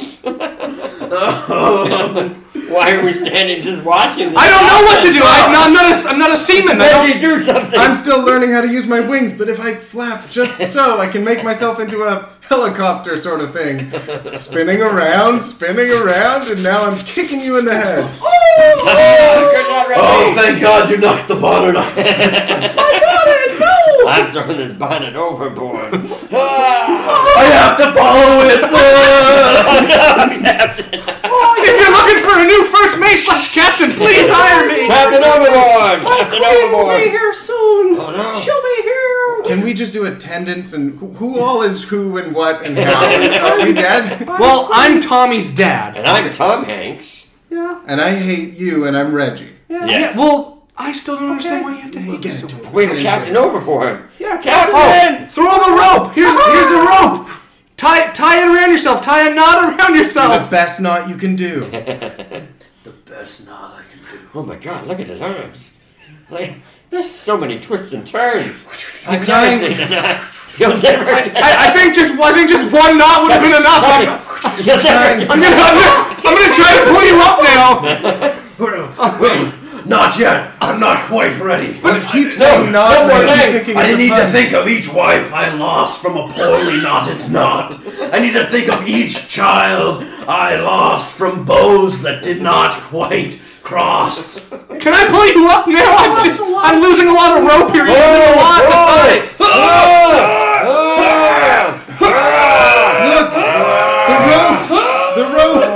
[SPEAKER 7] Oh,
[SPEAKER 5] Why are we standing just watching this?
[SPEAKER 2] I don't know what to do. I'm not, I'm not, a, I'm not a seaman. I don't,
[SPEAKER 5] Reggie, do something! *laughs*
[SPEAKER 3] I'm still learning how to use my wings, but if I flap just so, I can make myself into a helicopter sort of thing. Spinning around, spinning around, and now I'm kicking you in the head.
[SPEAKER 5] Good job, Reggie!
[SPEAKER 7] Oh, thank god you knocked the bonnet off.
[SPEAKER 5] I'm throwing this
[SPEAKER 1] *laughs*
[SPEAKER 5] bonnet overboard.
[SPEAKER 7] I have to follow it!
[SPEAKER 2] if you're looking for a new first mate slash captain, please hire me.
[SPEAKER 5] Captain overboard! Captain
[SPEAKER 1] Queen will be
[SPEAKER 5] overboard!
[SPEAKER 1] here soon!
[SPEAKER 5] Oh no!
[SPEAKER 1] She'll be here!
[SPEAKER 3] Can we just do attendance and who, who all is who and what and how? Are we dead?
[SPEAKER 2] Well, I'm Tommy's dad.
[SPEAKER 5] And I'm Tom Hanks.
[SPEAKER 1] Yeah,
[SPEAKER 3] And I hate you, and I'm Reggie.
[SPEAKER 1] yeah.
[SPEAKER 5] Yes.
[SPEAKER 2] Yeah, well, I still don't understand why you have to hate me so much.
[SPEAKER 5] Wait, Captain Overboard. Oh,
[SPEAKER 1] Yeah,
[SPEAKER 5] Captain!
[SPEAKER 2] Throw him a rope. Here's here's the rope. Tie tie it around yourself. Tie a knot around
[SPEAKER 3] The
[SPEAKER 2] yourself.
[SPEAKER 3] best knot you can
[SPEAKER 7] *laughs*
[SPEAKER 3] do.
[SPEAKER 7] Best not I can do.
[SPEAKER 5] Oh my god, look at his arms. Like, there's so many twists and turns.
[SPEAKER 3] I'm
[SPEAKER 5] I've never seen a knot. You'll never. *laughs*
[SPEAKER 2] I, I think just I think just one knot would have been enough. I'm,
[SPEAKER 5] You'll never. *laughs*
[SPEAKER 2] I'm gonna I'm gonna, I'm gonna try to pull you up *laughs* now.
[SPEAKER 7] *laughs* Not yet! I'm not quite ready.
[SPEAKER 3] Keep saying
[SPEAKER 5] No,
[SPEAKER 3] knot,
[SPEAKER 5] no more
[SPEAKER 3] and I keep
[SPEAKER 5] leg.
[SPEAKER 3] thinking it's
[SPEAKER 7] I
[SPEAKER 3] a
[SPEAKER 7] need to
[SPEAKER 3] pun.
[SPEAKER 7] think of each wife I lost from a poorly knotted knot. I need to think of each child I lost from bows that did not quite cross.
[SPEAKER 2] Can I pull you up now? I'm just I'm losing a lot of rope here. You're using a lot to tie.
[SPEAKER 3] Look! The rope! The rope!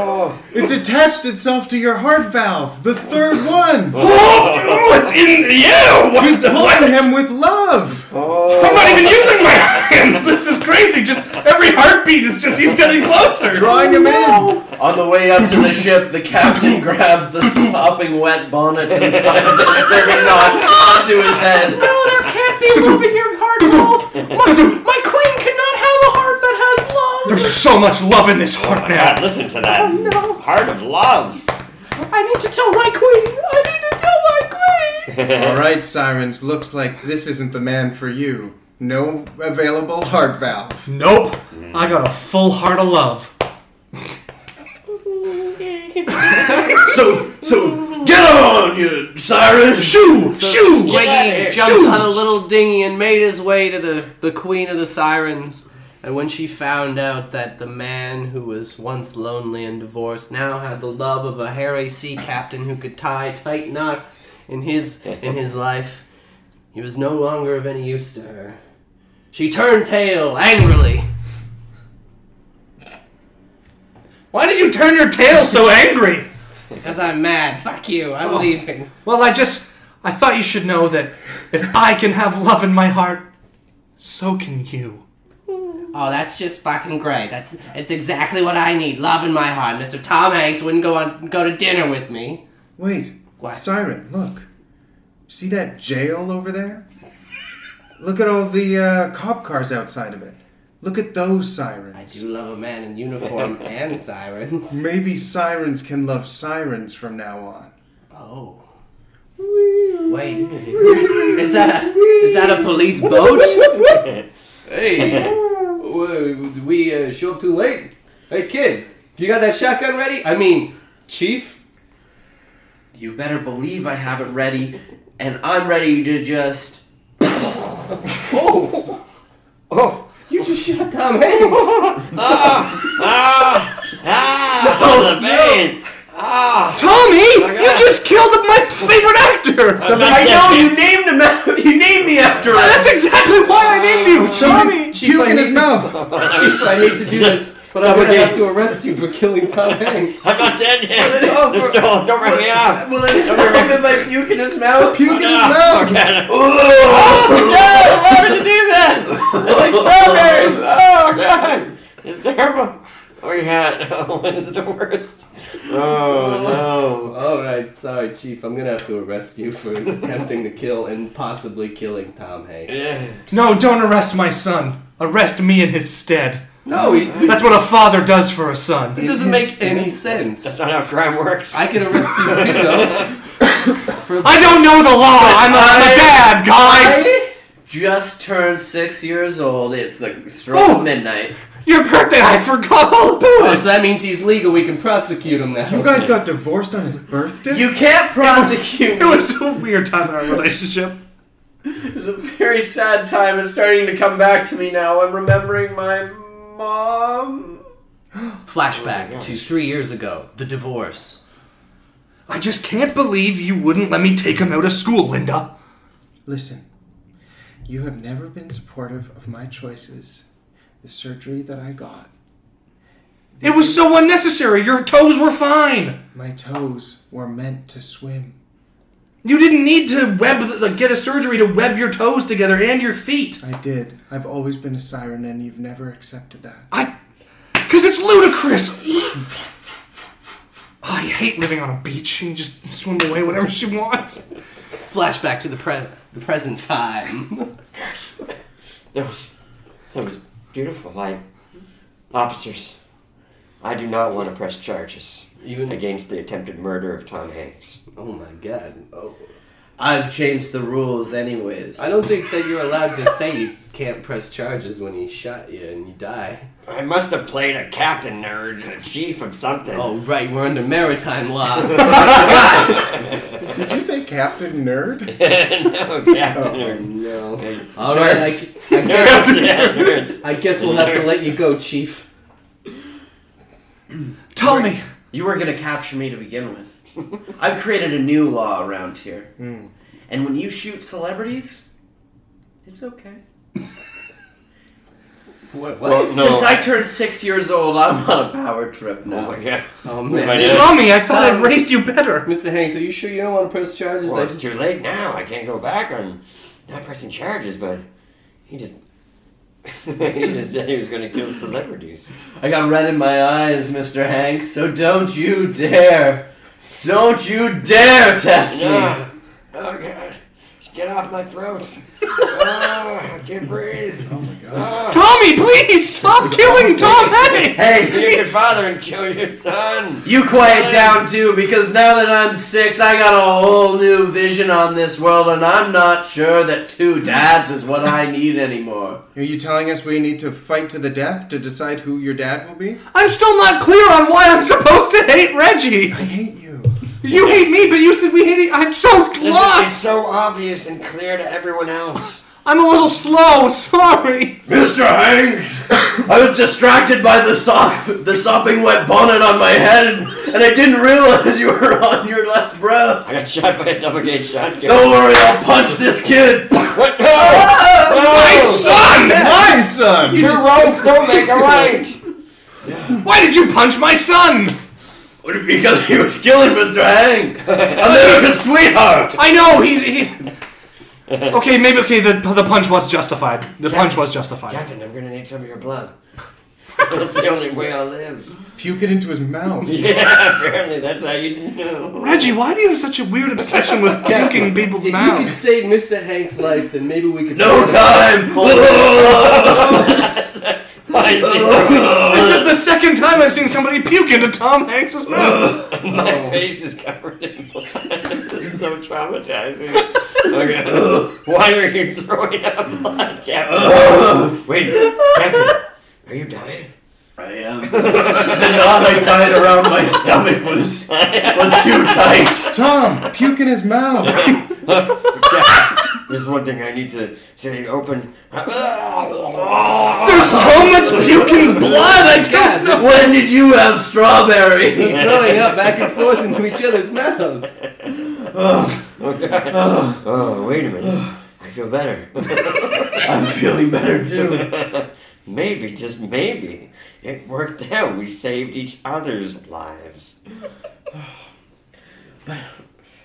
[SPEAKER 3] It's attached itself to your heart valve! The third
[SPEAKER 7] *laughs*
[SPEAKER 3] one!
[SPEAKER 7] Oh, what's in the air? What's
[SPEAKER 3] He's pulling him with
[SPEAKER 7] Oh.
[SPEAKER 3] love!
[SPEAKER 7] I'm not even using my hands. This is crazy. Just every heartbeat is just he's getting closer.
[SPEAKER 3] Drawing him in!
[SPEAKER 7] On the way up to the ship, the captain grabs the sopping wet bonnet and ties it in a knot onto his head.
[SPEAKER 1] No, Oh, there can't be love in your heart, Wolf! My, my queen cannot have a heart that has love!
[SPEAKER 2] There's so much love in this heart now.
[SPEAKER 5] God, listen to that.
[SPEAKER 1] No,
[SPEAKER 5] Heart of love.
[SPEAKER 1] I need to tell my queen! I need to tell my queen!
[SPEAKER 3] Alright, Sirens, looks like this isn't the man for you. No available heart valve.
[SPEAKER 2] Nope. I got a full heart
[SPEAKER 1] *laughs*
[SPEAKER 2] of love.
[SPEAKER 7] So, so get on, you siren. Shoo, shoo.
[SPEAKER 1] Squiggy jumped on a little dinghy and made his way to the, the queen of the sirens. And when she found out that the man who was once lonely and divorced now had the love of a hairy sea captain who could tie tight knots in his in his life, he was no longer of any use to her. She turned tail angrily.
[SPEAKER 2] Why did you turn your tail so angry?
[SPEAKER 1] Because I'm mad. Fuck you.
[SPEAKER 7] Oh.
[SPEAKER 1] I'm leaving.
[SPEAKER 2] Well, I just I thought you should know that if I can have love in my heart, so can you.
[SPEAKER 1] Oh, that's just fucking great. That's it's exactly what I need. Love in my heart. Mr. Tom Hanks wouldn't go on go to dinner with me.
[SPEAKER 3] Wait,
[SPEAKER 1] What?
[SPEAKER 3] Siren, look. See that jail over there? Look at all the uh, cop cars outside of it. Look at those
[SPEAKER 1] I
[SPEAKER 3] sirens.
[SPEAKER 1] do love a man in uniform and sirens.
[SPEAKER 3] Maybe sirens can love sirens from now
[SPEAKER 1] *laughs*
[SPEAKER 3] on.
[SPEAKER 1] Oh. Wait. Is, is that a is that a police boat? Hey. w- did we uh, show up too late? Hey, kid, you got that shotgun ready? I mean, chief?
[SPEAKER 4] You better believe I have it ready, and I'm ready to just.
[SPEAKER 1] *laughs*
[SPEAKER 5] Oh!
[SPEAKER 1] You just shot Tom Hanks!
[SPEAKER 5] Ah! Ah! Oh, the vein! Ah!
[SPEAKER 2] Tommy, you just killed my favorite actor.
[SPEAKER 5] I know you
[SPEAKER 4] named
[SPEAKER 1] *laughs*
[SPEAKER 4] him. after- You named me after him.
[SPEAKER 2] That's exactly why I named you, Tommy.
[SPEAKER 1] Chief, I
[SPEAKER 3] in
[SPEAKER 1] need
[SPEAKER 3] his
[SPEAKER 1] to,
[SPEAKER 3] mouth.
[SPEAKER 1] Chief, I need to do this, but I'm gonna have to arrest you for killing Tom Hanks.
[SPEAKER 5] I'm not dead yet!
[SPEAKER 4] Oh,
[SPEAKER 5] They're
[SPEAKER 4] for-
[SPEAKER 5] still, don't rip me off! Ah,
[SPEAKER 4] Will it help if I puke in his
[SPEAKER 3] *laughs*
[SPEAKER 4] mouth?
[SPEAKER 3] Puke in his mouth.
[SPEAKER 5] Oh, No! Why would you do that? It's like strawberries! Oh god! *laughs* It's terrible! Oh my *laughs* god, oh, it's the worst. Oh
[SPEAKER 1] Alright, sorry, Chief, I'm gonna have to arrest you for *laughs* attempting to kill and possibly killing Tom Hanks.
[SPEAKER 5] no. *laughs* Yeah.
[SPEAKER 2] No, don't arrest my son. Arrest me in his stead.
[SPEAKER 1] No, he, it
[SPEAKER 2] That's what a father does for a son.
[SPEAKER 1] doesn't make any sense.
[SPEAKER 5] That's not how crime works.
[SPEAKER 1] I can arrest you too, though.
[SPEAKER 2] I don't know the law. I'm a, I'm a dad, guys.
[SPEAKER 4] I just turned six years old. It's the stroke
[SPEAKER 2] Oh.
[SPEAKER 4] of midnight.
[SPEAKER 2] Your birthday, I forgot all
[SPEAKER 1] Oh,
[SPEAKER 2] about it.
[SPEAKER 1] so that means he's legal. We can prosecute him now.
[SPEAKER 3] You guys got
[SPEAKER 1] *laughs*
[SPEAKER 3] divorced on his birthday.
[SPEAKER 4] You can't prosecute
[SPEAKER 2] It
[SPEAKER 4] me.
[SPEAKER 2] was a weird time in our relationship.
[SPEAKER 4] It was a very sad time. It's starting to come back to me now. I'm remembering my mom.
[SPEAKER 1] Flashback to three years ago, the divorce.
[SPEAKER 2] I just can't believe you wouldn't let me take him out of school, Linda.
[SPEAKER 3] Listen, you have never been supportive of my choices. The surgery that I got,
[SPEAKER 2] It was so unnecessary. Your toes were fine.
[SPEAKER 3] my toes were meant to swim.
[SPEAKER 2] You didn't need to web the, get a surgery to web your toes together and your feet.
[SPEAKER 3] I did. I've always been a siren, and you've never accepted that.
[SPEAKER 2] I, cause it's ludicrous. Oh, I hate living on a beach and just swim away whenever she wants.
[SPEAKER 1] Flashback to the pre- the present time. *laughs*
[SPEAKER 5] That was that was beautiful. I officers, I do not want to press charges
[SPEAKER 1] Even
[SPEAKER 5] against the attempted murder of Tom Hanks.
[SPEAKER 1] Oh my god. Oh.
[SPEAKER 4] I've changed the rules, anyways.
[SPEAKER 1] I don't think that you're allowed to say you can't press charges when he shot you and you die.
[SPEAKER 5] I must have played a captain or a chief of something. *laughs*
[SPEAKER 1] Oh right, we're under maritime
[SPEAKER 2] *laughs*
[SPEAKER 1] law.
[SPEAKER 3] Did you say Captain Nerd?
[SPEAKER 5] no, captain or
[SPEAKER 1] no.
[SPEAKER 5] Hey,
[SPEAKER 1] All right. I,
[SPEAKER 5] nurse.
[SPEAKER 1] I guess,
[SPEAKER 5] Nurse, yeah, nurse.
[SPEAKER 1] I guess we'll have to let you go, Chief.
[SPEAKER 2] Tommy,
[SPEAKER 4] You were gonna capture me to begin with. I've created a new law around here. And when you shoot celebrities, it's okay.
[SPEAKER 1] What? what?
[SPEAKER 5] Well, no.
[SPEAKER 4] Since I turned six years old, I'm on a power trip
[SPEAKER 5] Oh
[SPEAKER 4] now.
[SPEAKER 5] my god.
[SPEAKER 1] Oh
[SPEAKER 5] I
[SPEAKER 1] man.
[SPEAKER 5] did.
[SPEAKER 2] Tommy, I thought I'd raised you better.
[SPEAKER 1] Mr. Hanks, are you sure you don't want to press charges?
[SPEAKER 5] Well,
[SPEAKER 1] I
[SPEAKER 5] it's too late now. I can't go back on not pressing charges, but he just *laughs* he just said he was going to kill *laughs* celebrities.
[SPEAKER 4] I got red in my eyes, Mr. Hanks, so don't you dare. Don't you dare test me.
[SPEAKER 5] No. Oh god. Just get off my throat. *laughs* oh, I can't breathe. Oh my god.
[SPEAKER 2] Tommy, please stop killing Tom Hanks.
[SPEAKER 5] Hey, be your father and kill your son.
[SPEAKER 4] You quiet down too, because now that I'm six, I got a whole new vision on this world, and I'm not sure that two dads is what I need anymore.
[SPEAKER 3] Are you telling us we need to fight to the death to decide who your dad will be?
[SPEAKER 2] I'm still not clear on why I'm supposed to hate Reggie.
[SPEAKER 3] I hate you.
[SPEAKER 2] You hate me, but you said we hate each I'm so
[SPEAKER 5] This is, it's
[SPEAKER 2] lost.
[SPEAKER 5] so obvious and clear to everyone else.
[SPEAKER 2] I'm a little slow. Sorry.
[SPEAKER 4] Mr. Hanks! I was distracted by the sock, the sopping wet bonnet on my head, and, and I didn't realize you were on your last breath.
[SPEAKER 5] I got shot by a double gauge shotgun.
[SPEAKER 4] Don't worry, I'll punch this kid!
[SPEAKER 5] What? No! Oh, no!
[SPEAKER 3] My son!
[SPEAKER 5] Two wrongs don't make a right.
[SPEAKER 2] Why did you punch my son?
[SPEAKER 4] Because he was killing Mr. Hanks! America's sweetheart!
[SPEAKER 2] I know he's. He... *laughs* Okay, maybe okay. The the punch was justified. The punch was justified.
[SPEAKER 5] Captain, I'm gonna need some of your blood. *laughs* that's the only way I'll live.
[SPEAKER 3] Puke it into his mouth.
[SPEAKER 5] *laughs* Yeah, apparently that's how you know.
[SPEAKER 2] Reggie, why do you have such a weird obsession with puking people's
[SPEAKER 1] If you could
[SPEAKER 2] mouths?
[SPEAKER 1] save Mr. Hanks' life, then maybe we could.
[SPEAKER 4] No time! *laughs*
[SPEAKER 5] *laughs* *laughs* My,
[SPEAKER 2] This is the second time I've seen somebody puke into Tom Hanks's mouth.
[SPEAKER 5] my face is covered in blood. *laughs* It's so traumatizing. *laughs* Okay. Why are you throwing up blood, Captain? *laughs* Wait, Captain, Are you *laughs* dying?
[SPEAKER 7] I am. *laughs* the knot I tied around my stomach was was too tight.
[SPEAKER 3] Tom, puke in his mouth. *laughs*
[SPEAKER 5] There's one thing I need to say. *laughs* Open.
[SPEAKER 2] There's so much puking blood. I can't.
[SPEAKER 7] When did you have strawberries?
[SPEAKER 1] He's throwing up back and forth into each other's mouths.
[SPEAKER 5] Oh, wait a minute. I feel better.
[SPEAKER 7] *laughs* I'm feeling better too.
[SPEAKER 5] *laughs* maybe, just maybe, it worked out. We saved each other's lives.
[SPEAKER 7] But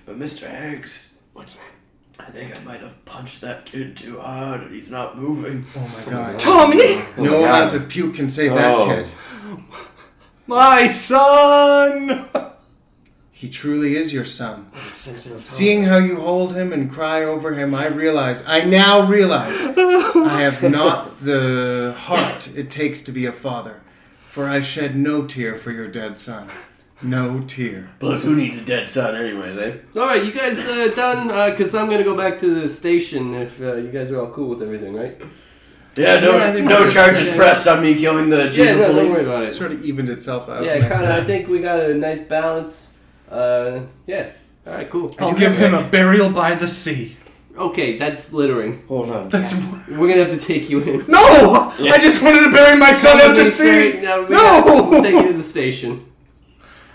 [SPEAKER 7] Mr. Hanks,
[SPEAKER 5] What's that?
[SPEAKER 7] I think I might have punched that kid too hard, and he's not moving.
[SPEAKER 3] Oh my god.
[SPEAKER 2] Tommy,
[SPEAKER 3] No amount of puke can save that
[SPEAKER 5] Oh.
[SPEAKER 3] kid.
[SPEAKER 2] *gasps* my son.
[SPEAKER 3] *laughs* He truly is your son. Seeing how you hold him and cry over him, I realize, I now
[SPEAKER 2] *laughs*
[SPEAKER 3] realize, I have not the heart it takes to be a father, for I shed no tear for your dead son. No tear.
[SPEAKER 7] Plus, who needs a dead son, anyways, eh?
[SPEAKER 1] All right, you guys uh, done? Because I'm gonna go back to the station. If uh, you guys are all cool with everything, right?
[SPEAKER 7] Yeah, no,
[SPEAKER 1] Yeah, I think
[SPEAKER 7] no
[SPEAKER 1] we're-
[SPEAKER 7] charges
[SPEAKER 1] yeah.
[SPEAKER 7] pressed on me killing the chief
[SPEAKER 1] yeah,
[SPEAKER 7] of
[SPEAKER 1] no, don't
[SPEAKER 7] police.
[SPEAKER 1] worry about
[SPEAKER 3] It
[SPEAKER 1] it.
[SPEAKER 3] sort of evened itself out.
[SPEAKER 1] Yeah,
[SPEAKER 3] next
[SPEAKER 1] kind of. I
[SPEAKER 3] time.
[SPEAKER 1] think we got a nice balance. Uh, yeah. All right, cool.
[SPEAKER 2] I'll give him a burial by the sea.
[SPEAKER 1] Okay, that's littering.
[SPEAKER 5] Hold on.
[SPEAKER 2] That's
[SPEAKER 1] We're gonna have to take you
[SPEAKER 2] *laughs*
[SPEAKER 1] in.
[SPEAKER 2] no. I just wanted to bury my son out to sea.
[SPEAKER 1] No, we
[SPEAKER 2] No!
[SPEAKER 1] will take you to
[SPEAKER 2] *laughs*
[SPEAKER 1] the station.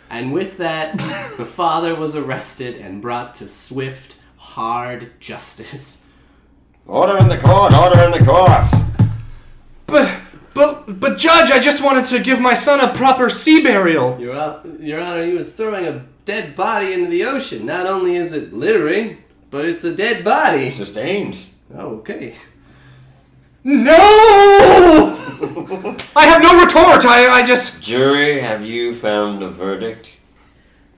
[SPEAKER 1] And with that, the father was arrested and brought to swift, hard justice.
[SPEAKER 5] Order in the court. Order in the court.
[SPEAKER 2] But, but, but, Judge, I just wanted to give my son a proper sea burial.
[SPEAKER 1] Your, Hon- Your Honor, he was throwing a dead body into the ocean. Not only is it littering, but it's a dead body.
[SPEAKER 5] Sustained. *laughs*
[SPEAKER 1] Oh, okay.
[SPEAKER 2] No! I have no retort. I, I just.
[SPEAKER 5] Jury, have you found a verdict?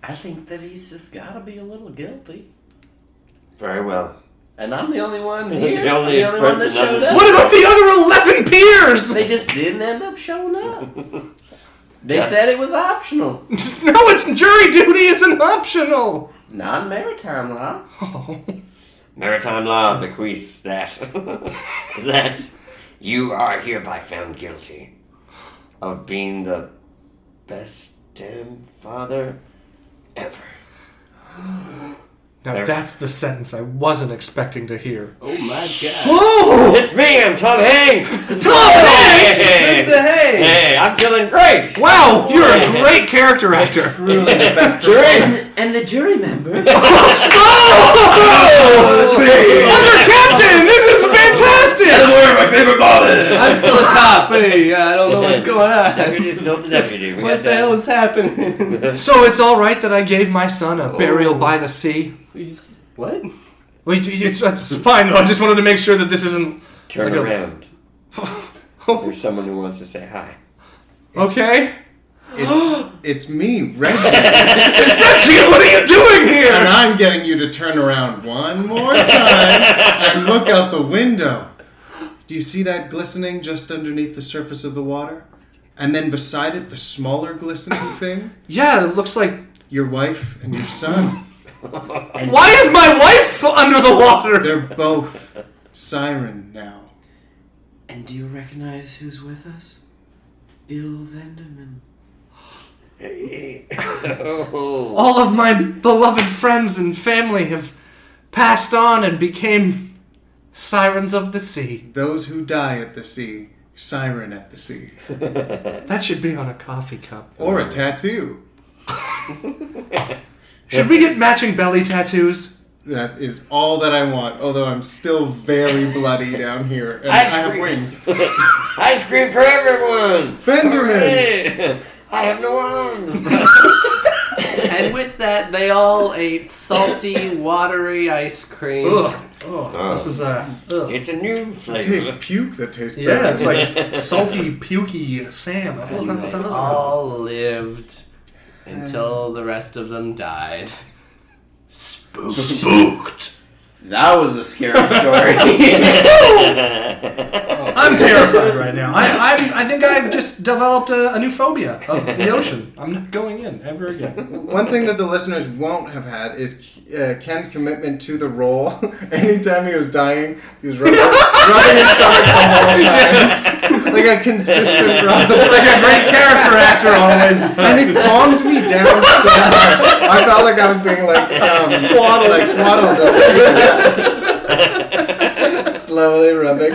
[SPEAKER 4] I think that he's just gotta be a little guilty.
[SPEAKER 5] Very well.
[SPEAKER 4] And I'm the only one
[SPEAKER 5] The
[SPEAKER 4] here. I'm
[SPEAKER 5] only
[SPEAKER 4] the only one that
[SPEAKER 5] person
[SPEAKER 4] showed
[SPEAKER 5] that-
[SPEAKER 4] up.
[SPEAKER 2] What about the other eleven peers?
[SPEAKER 4] They just didn't end up showing
[SPEAKER 1] *laughs*
[SPEAKER 4] up. They said it was optional.
[SPEAKER 2] No, it's jury duty isn't optional.
[SPEAKER 4] Non maritime law.
[SPEAKER 5] Maritime law bequeaths that *laughs* that you are hereby found guilty of being the best damn father ever.
[SPEAKER 2] Now
[SPEAKER 5] There.
[SPEAKER 2] that's the sentence I wasn't expecting to hear.
[SPEAKER 1] Oh my god.
[SPEAKER 2] Oh,
[SPEAKER 5] It's me, I'm Tom Hanks! Tom
[SPEAKER 2] Hanks!
[SPEAKER 5] Hey,
[SPEAKER 1] Mr. Hayes!
[SPEAKER 5] hey, I'm feeling great!
[SPEAKER 2] wow, you're a great character actor.
[SPEAKER 3] Truly the
[SPEAKER 5] *laughs*
[SPEAKER 3] best.
[SPEAKER 5] Jury!
[SPEAKER 1] *clears throat*
[SPEAKER 4] And, and the jury member.
[SPEAKER 2] Oh, *laughs* Under Captain, this is fantastic.
[SPEAKER 7] Where are my favorite body?
[SPEAKER 1] I'm still a cop. Hey, I don't know
[SPEAKER 4] *laughs*
[SPEAKER 1] what's going on.
[SPEAKER 5] Deputy's still the deputy. We
[SPEAKER 1] *laughs* What the
[SPEAKER 5] got that.
[SPEAKER 1] hell is happening?
[SPEAKER 4] *laughs*
[SPEAKER 2] So it's all right that I gave my son a burial by the sea.
[SPEAKER 1] We just- what?
[SPEAKER 2] Well, It's, it's fine. I just wanted to make sure that this isn't *laughs*
[SPEAKER 5] Turn
[SPEAKER 2] Look at-
[SPEAKER 5] around. There's someone who wants to say hi.
[SPEAKER 2] okay.
[SPEAKER 3] It's me, Reggie,
[SPEAKER 2] Reggie, what are you doing
[SPEAKER 3] and
[SPEAKER 5] *laughs*
[SPEAKER 2] here?
[SPEAKER 3] I'm getting you to turn around one more time and look out the window. Do you see that glistening just underneath the surface of the water? And then beside it, the smaller glistening thing?
[SPEAKER 2] Yeah, it looks like.
[SPEAKER 3] your wife and your son.
[SPEAKER 2] Why is my wife under the water?
[SPEAKER 3] They're both siren now.
[SPEAKER 4] And do you recognize who's with us? Bill Venderman.
[SPEAKER 2] All of my beloved friends and family have passed on and became sirens of the sea.
[SPEAKER 3] Those who die at the sea, siren at the sea.
[SPEAKER 2] That should be on a coffee cup.
[SPEAKER 3] Or a tattoo.
[SPEAKER 2] Should we get matching belly tattoos?
[SPEAKER 3] That is all that I want, although I'm still very bloody down here. And I
[SPEAKER 5] Ice
[SPEAKER 3] have
[SPEAKER 5] cream.
[SPEAKER 3] wings.
[SPEAKER 5] *laughs* Ice cream for everyone!
[SPEAKER 3] Benderin!
[SPEAKER 5] Hey, I have no arms!
[SPEAKER 1] And with that, they all ate salty, watery ice cream.
[SPEAKER 2] Ugh. Ugh. This is a. Ugh.
[SPEAKER 5] It's a new
[SPEAKER 3] Taste
[SPEAKER 5] flavor.
[SPEAKER 3] puke that tastes
[SPEAKER 2] Yeah,
[SPEAKER 3] better.
[SPEAKER 2] it's
[SPEAKER 5] *laughs*
[SPEAKER 2] like salty, pukey
[SPEAKER 1] And they
[SPEAKER 2] salmon.
[SPEAKER 1] all lived until the rest of them died. Spooked.
[SPEAKER 7] That was a scary story.
[SPEAKER 5] I
[SPEAKER 2] I'm terrified right now. I, I, I think I've just developed a, a new phobia of
[SPEAKER 5] *laughs*
[SPEAKER 2] the ocean. I'm not going in ever again.
[SPEAKER 3] One thing that the listeners won't have had is uh, Ken's commitment to the role. *laughs* Anytime he was dying, he was rubbing, rubbing his stomach the whole time. like a consistent rub. Like a great character actor always And it calmed me down so much. I felt like I was being
[SPEAKER 5] *laughs*
[SPEAKER 3] like, um, swaddled. Like swaddled.
[SPEAKER 5] *laughs*
[SPEAKER 3] Slowly rubbing.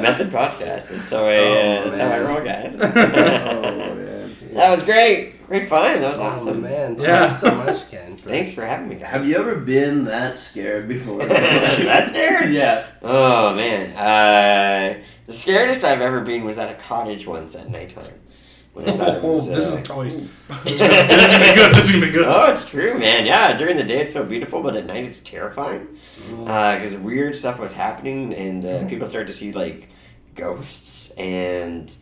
[SPEAKER 5] Method podcast. That's how I. Uh,
[SPEAKER 1] Oh,
[SPEAKER 5] that's how I
[SPEAKER 1] man.
[SPEAKER 5] roll, guys. Oh, that was great. Great fun. That was
[SPEAKER 1] Oh
[SPEAKER 5] awesome.
[SPEAKER 1] man,
[SPEAKER 2] Yeah.
[SPEAKER 1] thank you so much, Ken.
[SPEAKER 4] *laughs*
[SPEAKER 1] for-
[SPEAKER 5] Thanks for having me, *laughs* guys.
[SPEAKER 7] Have you ever been that scared before?
[SPEAKER 5] That's weird.
[SPEAKER 7] yeah.
[SPEAKER 5] Oh man, uh, the scariest I've ever been was at a cottage once at nighttime. When I thought it
[SPEAKER 2] Oh,
[SPEAKER 5] was,
[SPEAKER 2] *laughs* this
[SPEAKER 5] uh, *laughs*
[SPEAKER 2] is probably this is gonna be good. This is gonna be good.
[SPEAKER 5] Oh, it's true, man. Yeah, during the day it's so beautiful, but at night it's terrifying
[SPEAKER 2] Mm.
[SPEAKER 5] because weird stuff was happening, and uh, people started to see like ghosts, and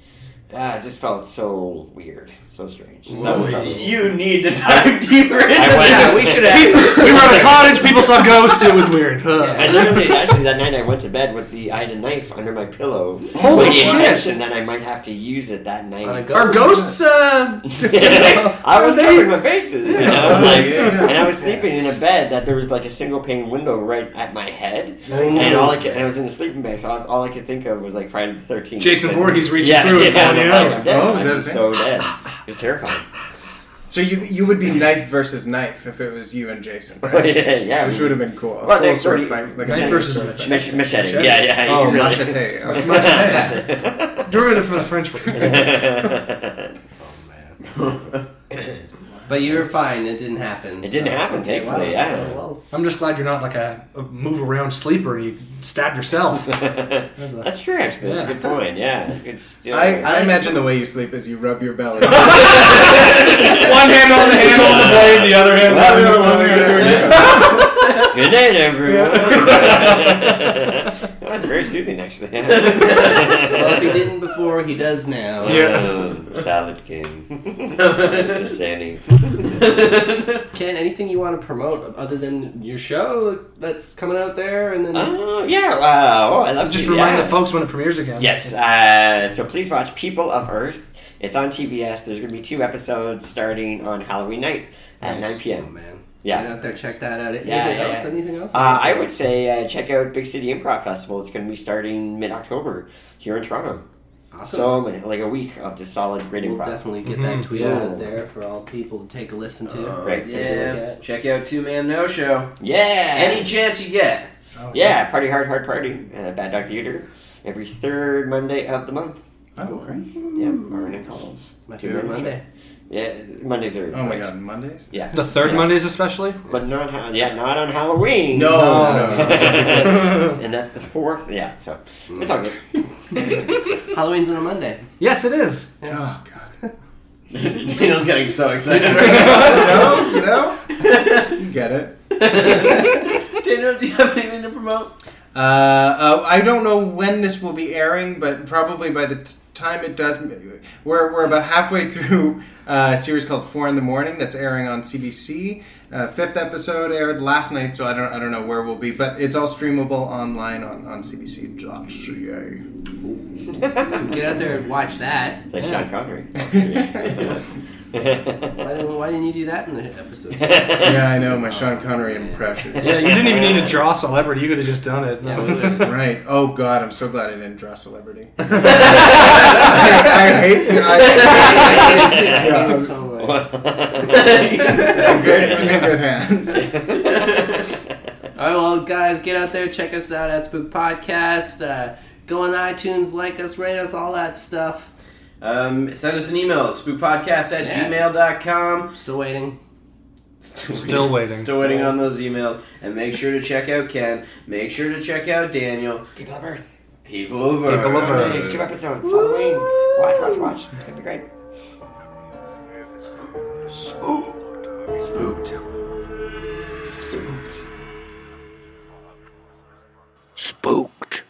[SPEAKER 5] uh, it just felt so weird, so strange. That was
[SPEAKER 7] *laughs*
[SPEAKER 5] probably-
[SPEAKER 7] *laughs* You need to dive *laughs* deeper into
[SPEAKER 5] I went-
[SPEAKER 7] that.
[SPEAKER 1] Yeah, we *laughs* should have.
[SPEAKER 2] We were at a cottage. People saw ghosts. It was weird.
[SPEAKER 5] *laughs* I
[SPEAKER 2] Huh.
[SPEAKER 5] literally, actually, that night I went to bed with the I had a knife under my pillow,
[SPEAKER 2] Holy
[SPEAKER 5] with the
[SPEAKER 2] shit.
[SPEAKER 5] intention that I might have to use it that night.
[SPEAKER 1] On a ghost.
[SPEAKER 2] Are ghosts? Uh,
[SPEAKER 5] *laughs* I was
[SPEAKER 2] Are they-
[SPEAKER 5] covering my faces, you know, like,
[SPEAKER 3] Yeah.
[SPEAKER 5] and I was sleeping in a bed that there was like a single pane window right at my head, and all I could, and I was in a sleeping bag, so I was, all I could think of was like Friday the Thirteenth.
[SPEAKER 2] Jason Voorhees reaching through and
[SPEAKER 5] yeah,
[SPEAKER 2] pulling you
[SPEAKER 5] I'm
[SPEAKER 2] out.
[SPEAKER 5] like, I'm dead.
[SPEAKER 3] Oh, is that
[SPEAKER 5] I'm
[SPEAKER 3] a thing?
[SPEAKER 5] so dead. It was terrifying. *laughs*
[SPEAKER 3] So you you would be knife versus knife if it was you and Jason, right?
[SPEAKER 5] yeah, yeah.
[SPEAKER 3] Which would have been cool. A
[SPEAKER 5] Well,
[SPEAKER 3] cool
[SPEAKER 5] next
[SPEAKER 3] sword
[SPEAKER 5] door,
[SPEAKER 3] fight, like a
[SPEAKER 2] Knife
[SPEAKER 3] knife
[SPEAKER 2] versus
[SPEAKER 3] sword
[SPEAKER 2] machete.
[SPEAKER 3] fight.
[SPEAKER 5] Mach- machete.
[SPEAKER 2] Machete?
[SPEAKER 5] Yeah, yeah.
[SPEAKER 3] Oh,
[SPEAKER 5] you really- *laughs*
[SPEAKER 3] machete. Okay.
[SPEAKER 2] Derivative from the
[SPEAKER 5] *laughs*
[SPEAKER 2] French word.
[SPEAKER 5] Machete.
[SPEAKER 1] But you're fine. It didn't happen.
[SPEAKER 5] It didn't happen, thankfully, yeah.
[SPEAKER 1] Well,
[SPEAKER 2] I'm just glad you're not like a, a move around sleeper. You
[SPEAKER 5] *laughs*
[SPEAKER 2] stab yourself. That's a-
[SPEAKER 5] That's true, actually. That's a good point. Yeah, it's still.
[SPEAKER 3] I, I imagine the way you sleep is you rub your
[SPEAKER 5] *laughs*
[SPEAKER 3] belly.
[SPEAKER 2] One hand on the handle of the blade, the other hand on the
[SPEAKER 3] *laughs*
[SPEAKER 5] Good night, everyone. that was very soothing, *laughs* actually.
[SPEAKER 1] well, if he
[SPEAKER 2] *laughs*
[SPEAKER 1] didn't before, he does now.
[SPEAKER 5] Um, salad
[SPEAKER 2] *laughs*
[SPEAKER 5] King. Sandy.
[SPEAKER 1] Ken, anything you want to promote other than your show that's coming out there? And then
[SPEAKER 5] Oh, yeah. Wow. Oh, I love
[SPEAKER 2] Just
[SPEAKER 5] you,
[SPEAKER 2] remind
[SPEAKER 5] yeah.
[SPEAKER 2] the folks when it premieres again.
[SPEAKER 5] Yes. Uh, so please watch People of Earth. It's on TBS. There's going to be two episodes starting on Halloween night at 9
[SPEAKER 1] Oh,
[SPEAKER 5] p.m.
[SPEAKER 1] man.
[SPEAKER 5] Yeah.
[SPEAKER 1] Get out there, check that out. Anything
[SPEAKER 5] Yeah, yeah,
[SPEAKER 1] else?
[SPEAKER 5] yeah.
[SPEAKER 1] Anything else?
[SPEAKER 5] Uh, I would say uh, check out Big City Improv Festival. It's going to be starting mid October here in Toronto.
[SPEAKER 1] Awesome.
[SPEAKER 5] So many- like a week of just solid great
[SPEAKER 1] We'll
[SPEAKER 5] improv.
[SPEAKER 1] definitely get
[SPEAKER 2] Mhm.
[SPEAKER 1] that tweet
[SPEAKER 5] Yeah.
[SPEAKER 1] out there for all people to take a listen to.
[SPEAKER 5] Right.
[SPEAKER 7] Yeah. Check out Two Man No Show.
[SPEAKER 5] Yeah.
[SPEAKER 7] Any chance you get.
[SPEAKER 5] yeah, Party Hard Hard Party uh, Bad Dog Theater every third Monday of the month.
[SPEAKER 3] Oh, great.
[SPEAKER 5] Yeah, Marvin and Collins.
[SPEAKER 1] My favorite Monday.
[SPEAKER 5] Yeah, Mondays are.
[SPEAKER 3] Oh my god, Mondays?
[SPEAKER 5] Yeah,
[SPEAKER 2] The third
[SPEAKER 5] Yeah.
[SPEAKER 2] Mondays, especially.
[SPEAKER 5] but not ha- yeah, not on Halloween.
[SPEAKER 3] No,
[SPEAKER 2] No.
[SPEAKER 3] no, no.
[SPEAKER 5] *laughs* and that's the fourth. Yeah, so it's all good.
[SPEAKER 1] Halloween's on a Monday.
[SPEAKER 2] Yes, it is.
[SPEAKER 3] Oh god.
[SPEAKER 7] Daniel's getting so excited.
[SPEAKER 3] no, you know? You get it.
[SPEAKER 7] Daniel, do you have anything to promote?
[SPEAKER 3] Uh, uh, I don't know when this will be airing, but probably by the t- time it does, we're, we're about halfway through uh, a series called Four in the Morning that's airing on CBC. Uh, fifth episode aired last night, so I don't I don't know where we'll be, but it's all streamable online on, on CBC.ca.
[SPEAKER 1] So get out there and watch that.
[SPEAKER 5] It's like Sean Connery.
[SPEAKER 3] *laughs*
[SPEAKER 5] *laughs*
[SPEAKER 1] Why didn't, why didn't you do that in the
[SPEAKER 5] *laughs*
[SPEAKER 1] *laughs* episode?
[SPEAKER 3] Yeah, I know my Sean Connery impressions.
[SPEAKER 2] Yeah, you didn't even need to draw a celebrity. You could have just done it.
[SPEAKER 1] Yeah, we would've-
[SPEAKER 3] Right. Oh God, I'm so glad I didn't draw celebrity. I, I hate to. I,
[SPEAKER 1] *laughs* I hate it so much.
[SPEAKER 3] *laughs* it's a *laughs* good, it was in good hands.
[SPEAKER 1] All right, well, guys, get out there, check us out at Spook Podcast. Uh, go on iTunes, like us, rate us, all that stuff.
[SPEAKER 7] Um, send us an email, spookpodcast at
[SPEAKER 1] Yeah.
[SPEAKER 7] gmail.com.
[SPEAKER 1] Still waiting.
[SPEAKER 2] *laughs*
[SPEAKER 7] Still,
[SPEAKER 2] Still waiting.
[SPEAKER 7] Still waiting on those emails. And make sure to check out Ken. Make sure to check out Daniel.
[SPEAKER 5] *laughs* People of Earth.
[SPEAKER 7] People over.
[SPEAKER 2] People of Earth.
[SPEAKER 5] There's two episodes. Halloween. Watch, watch, watch. It's gonna be great.
[SPEAKER 9] Spooked.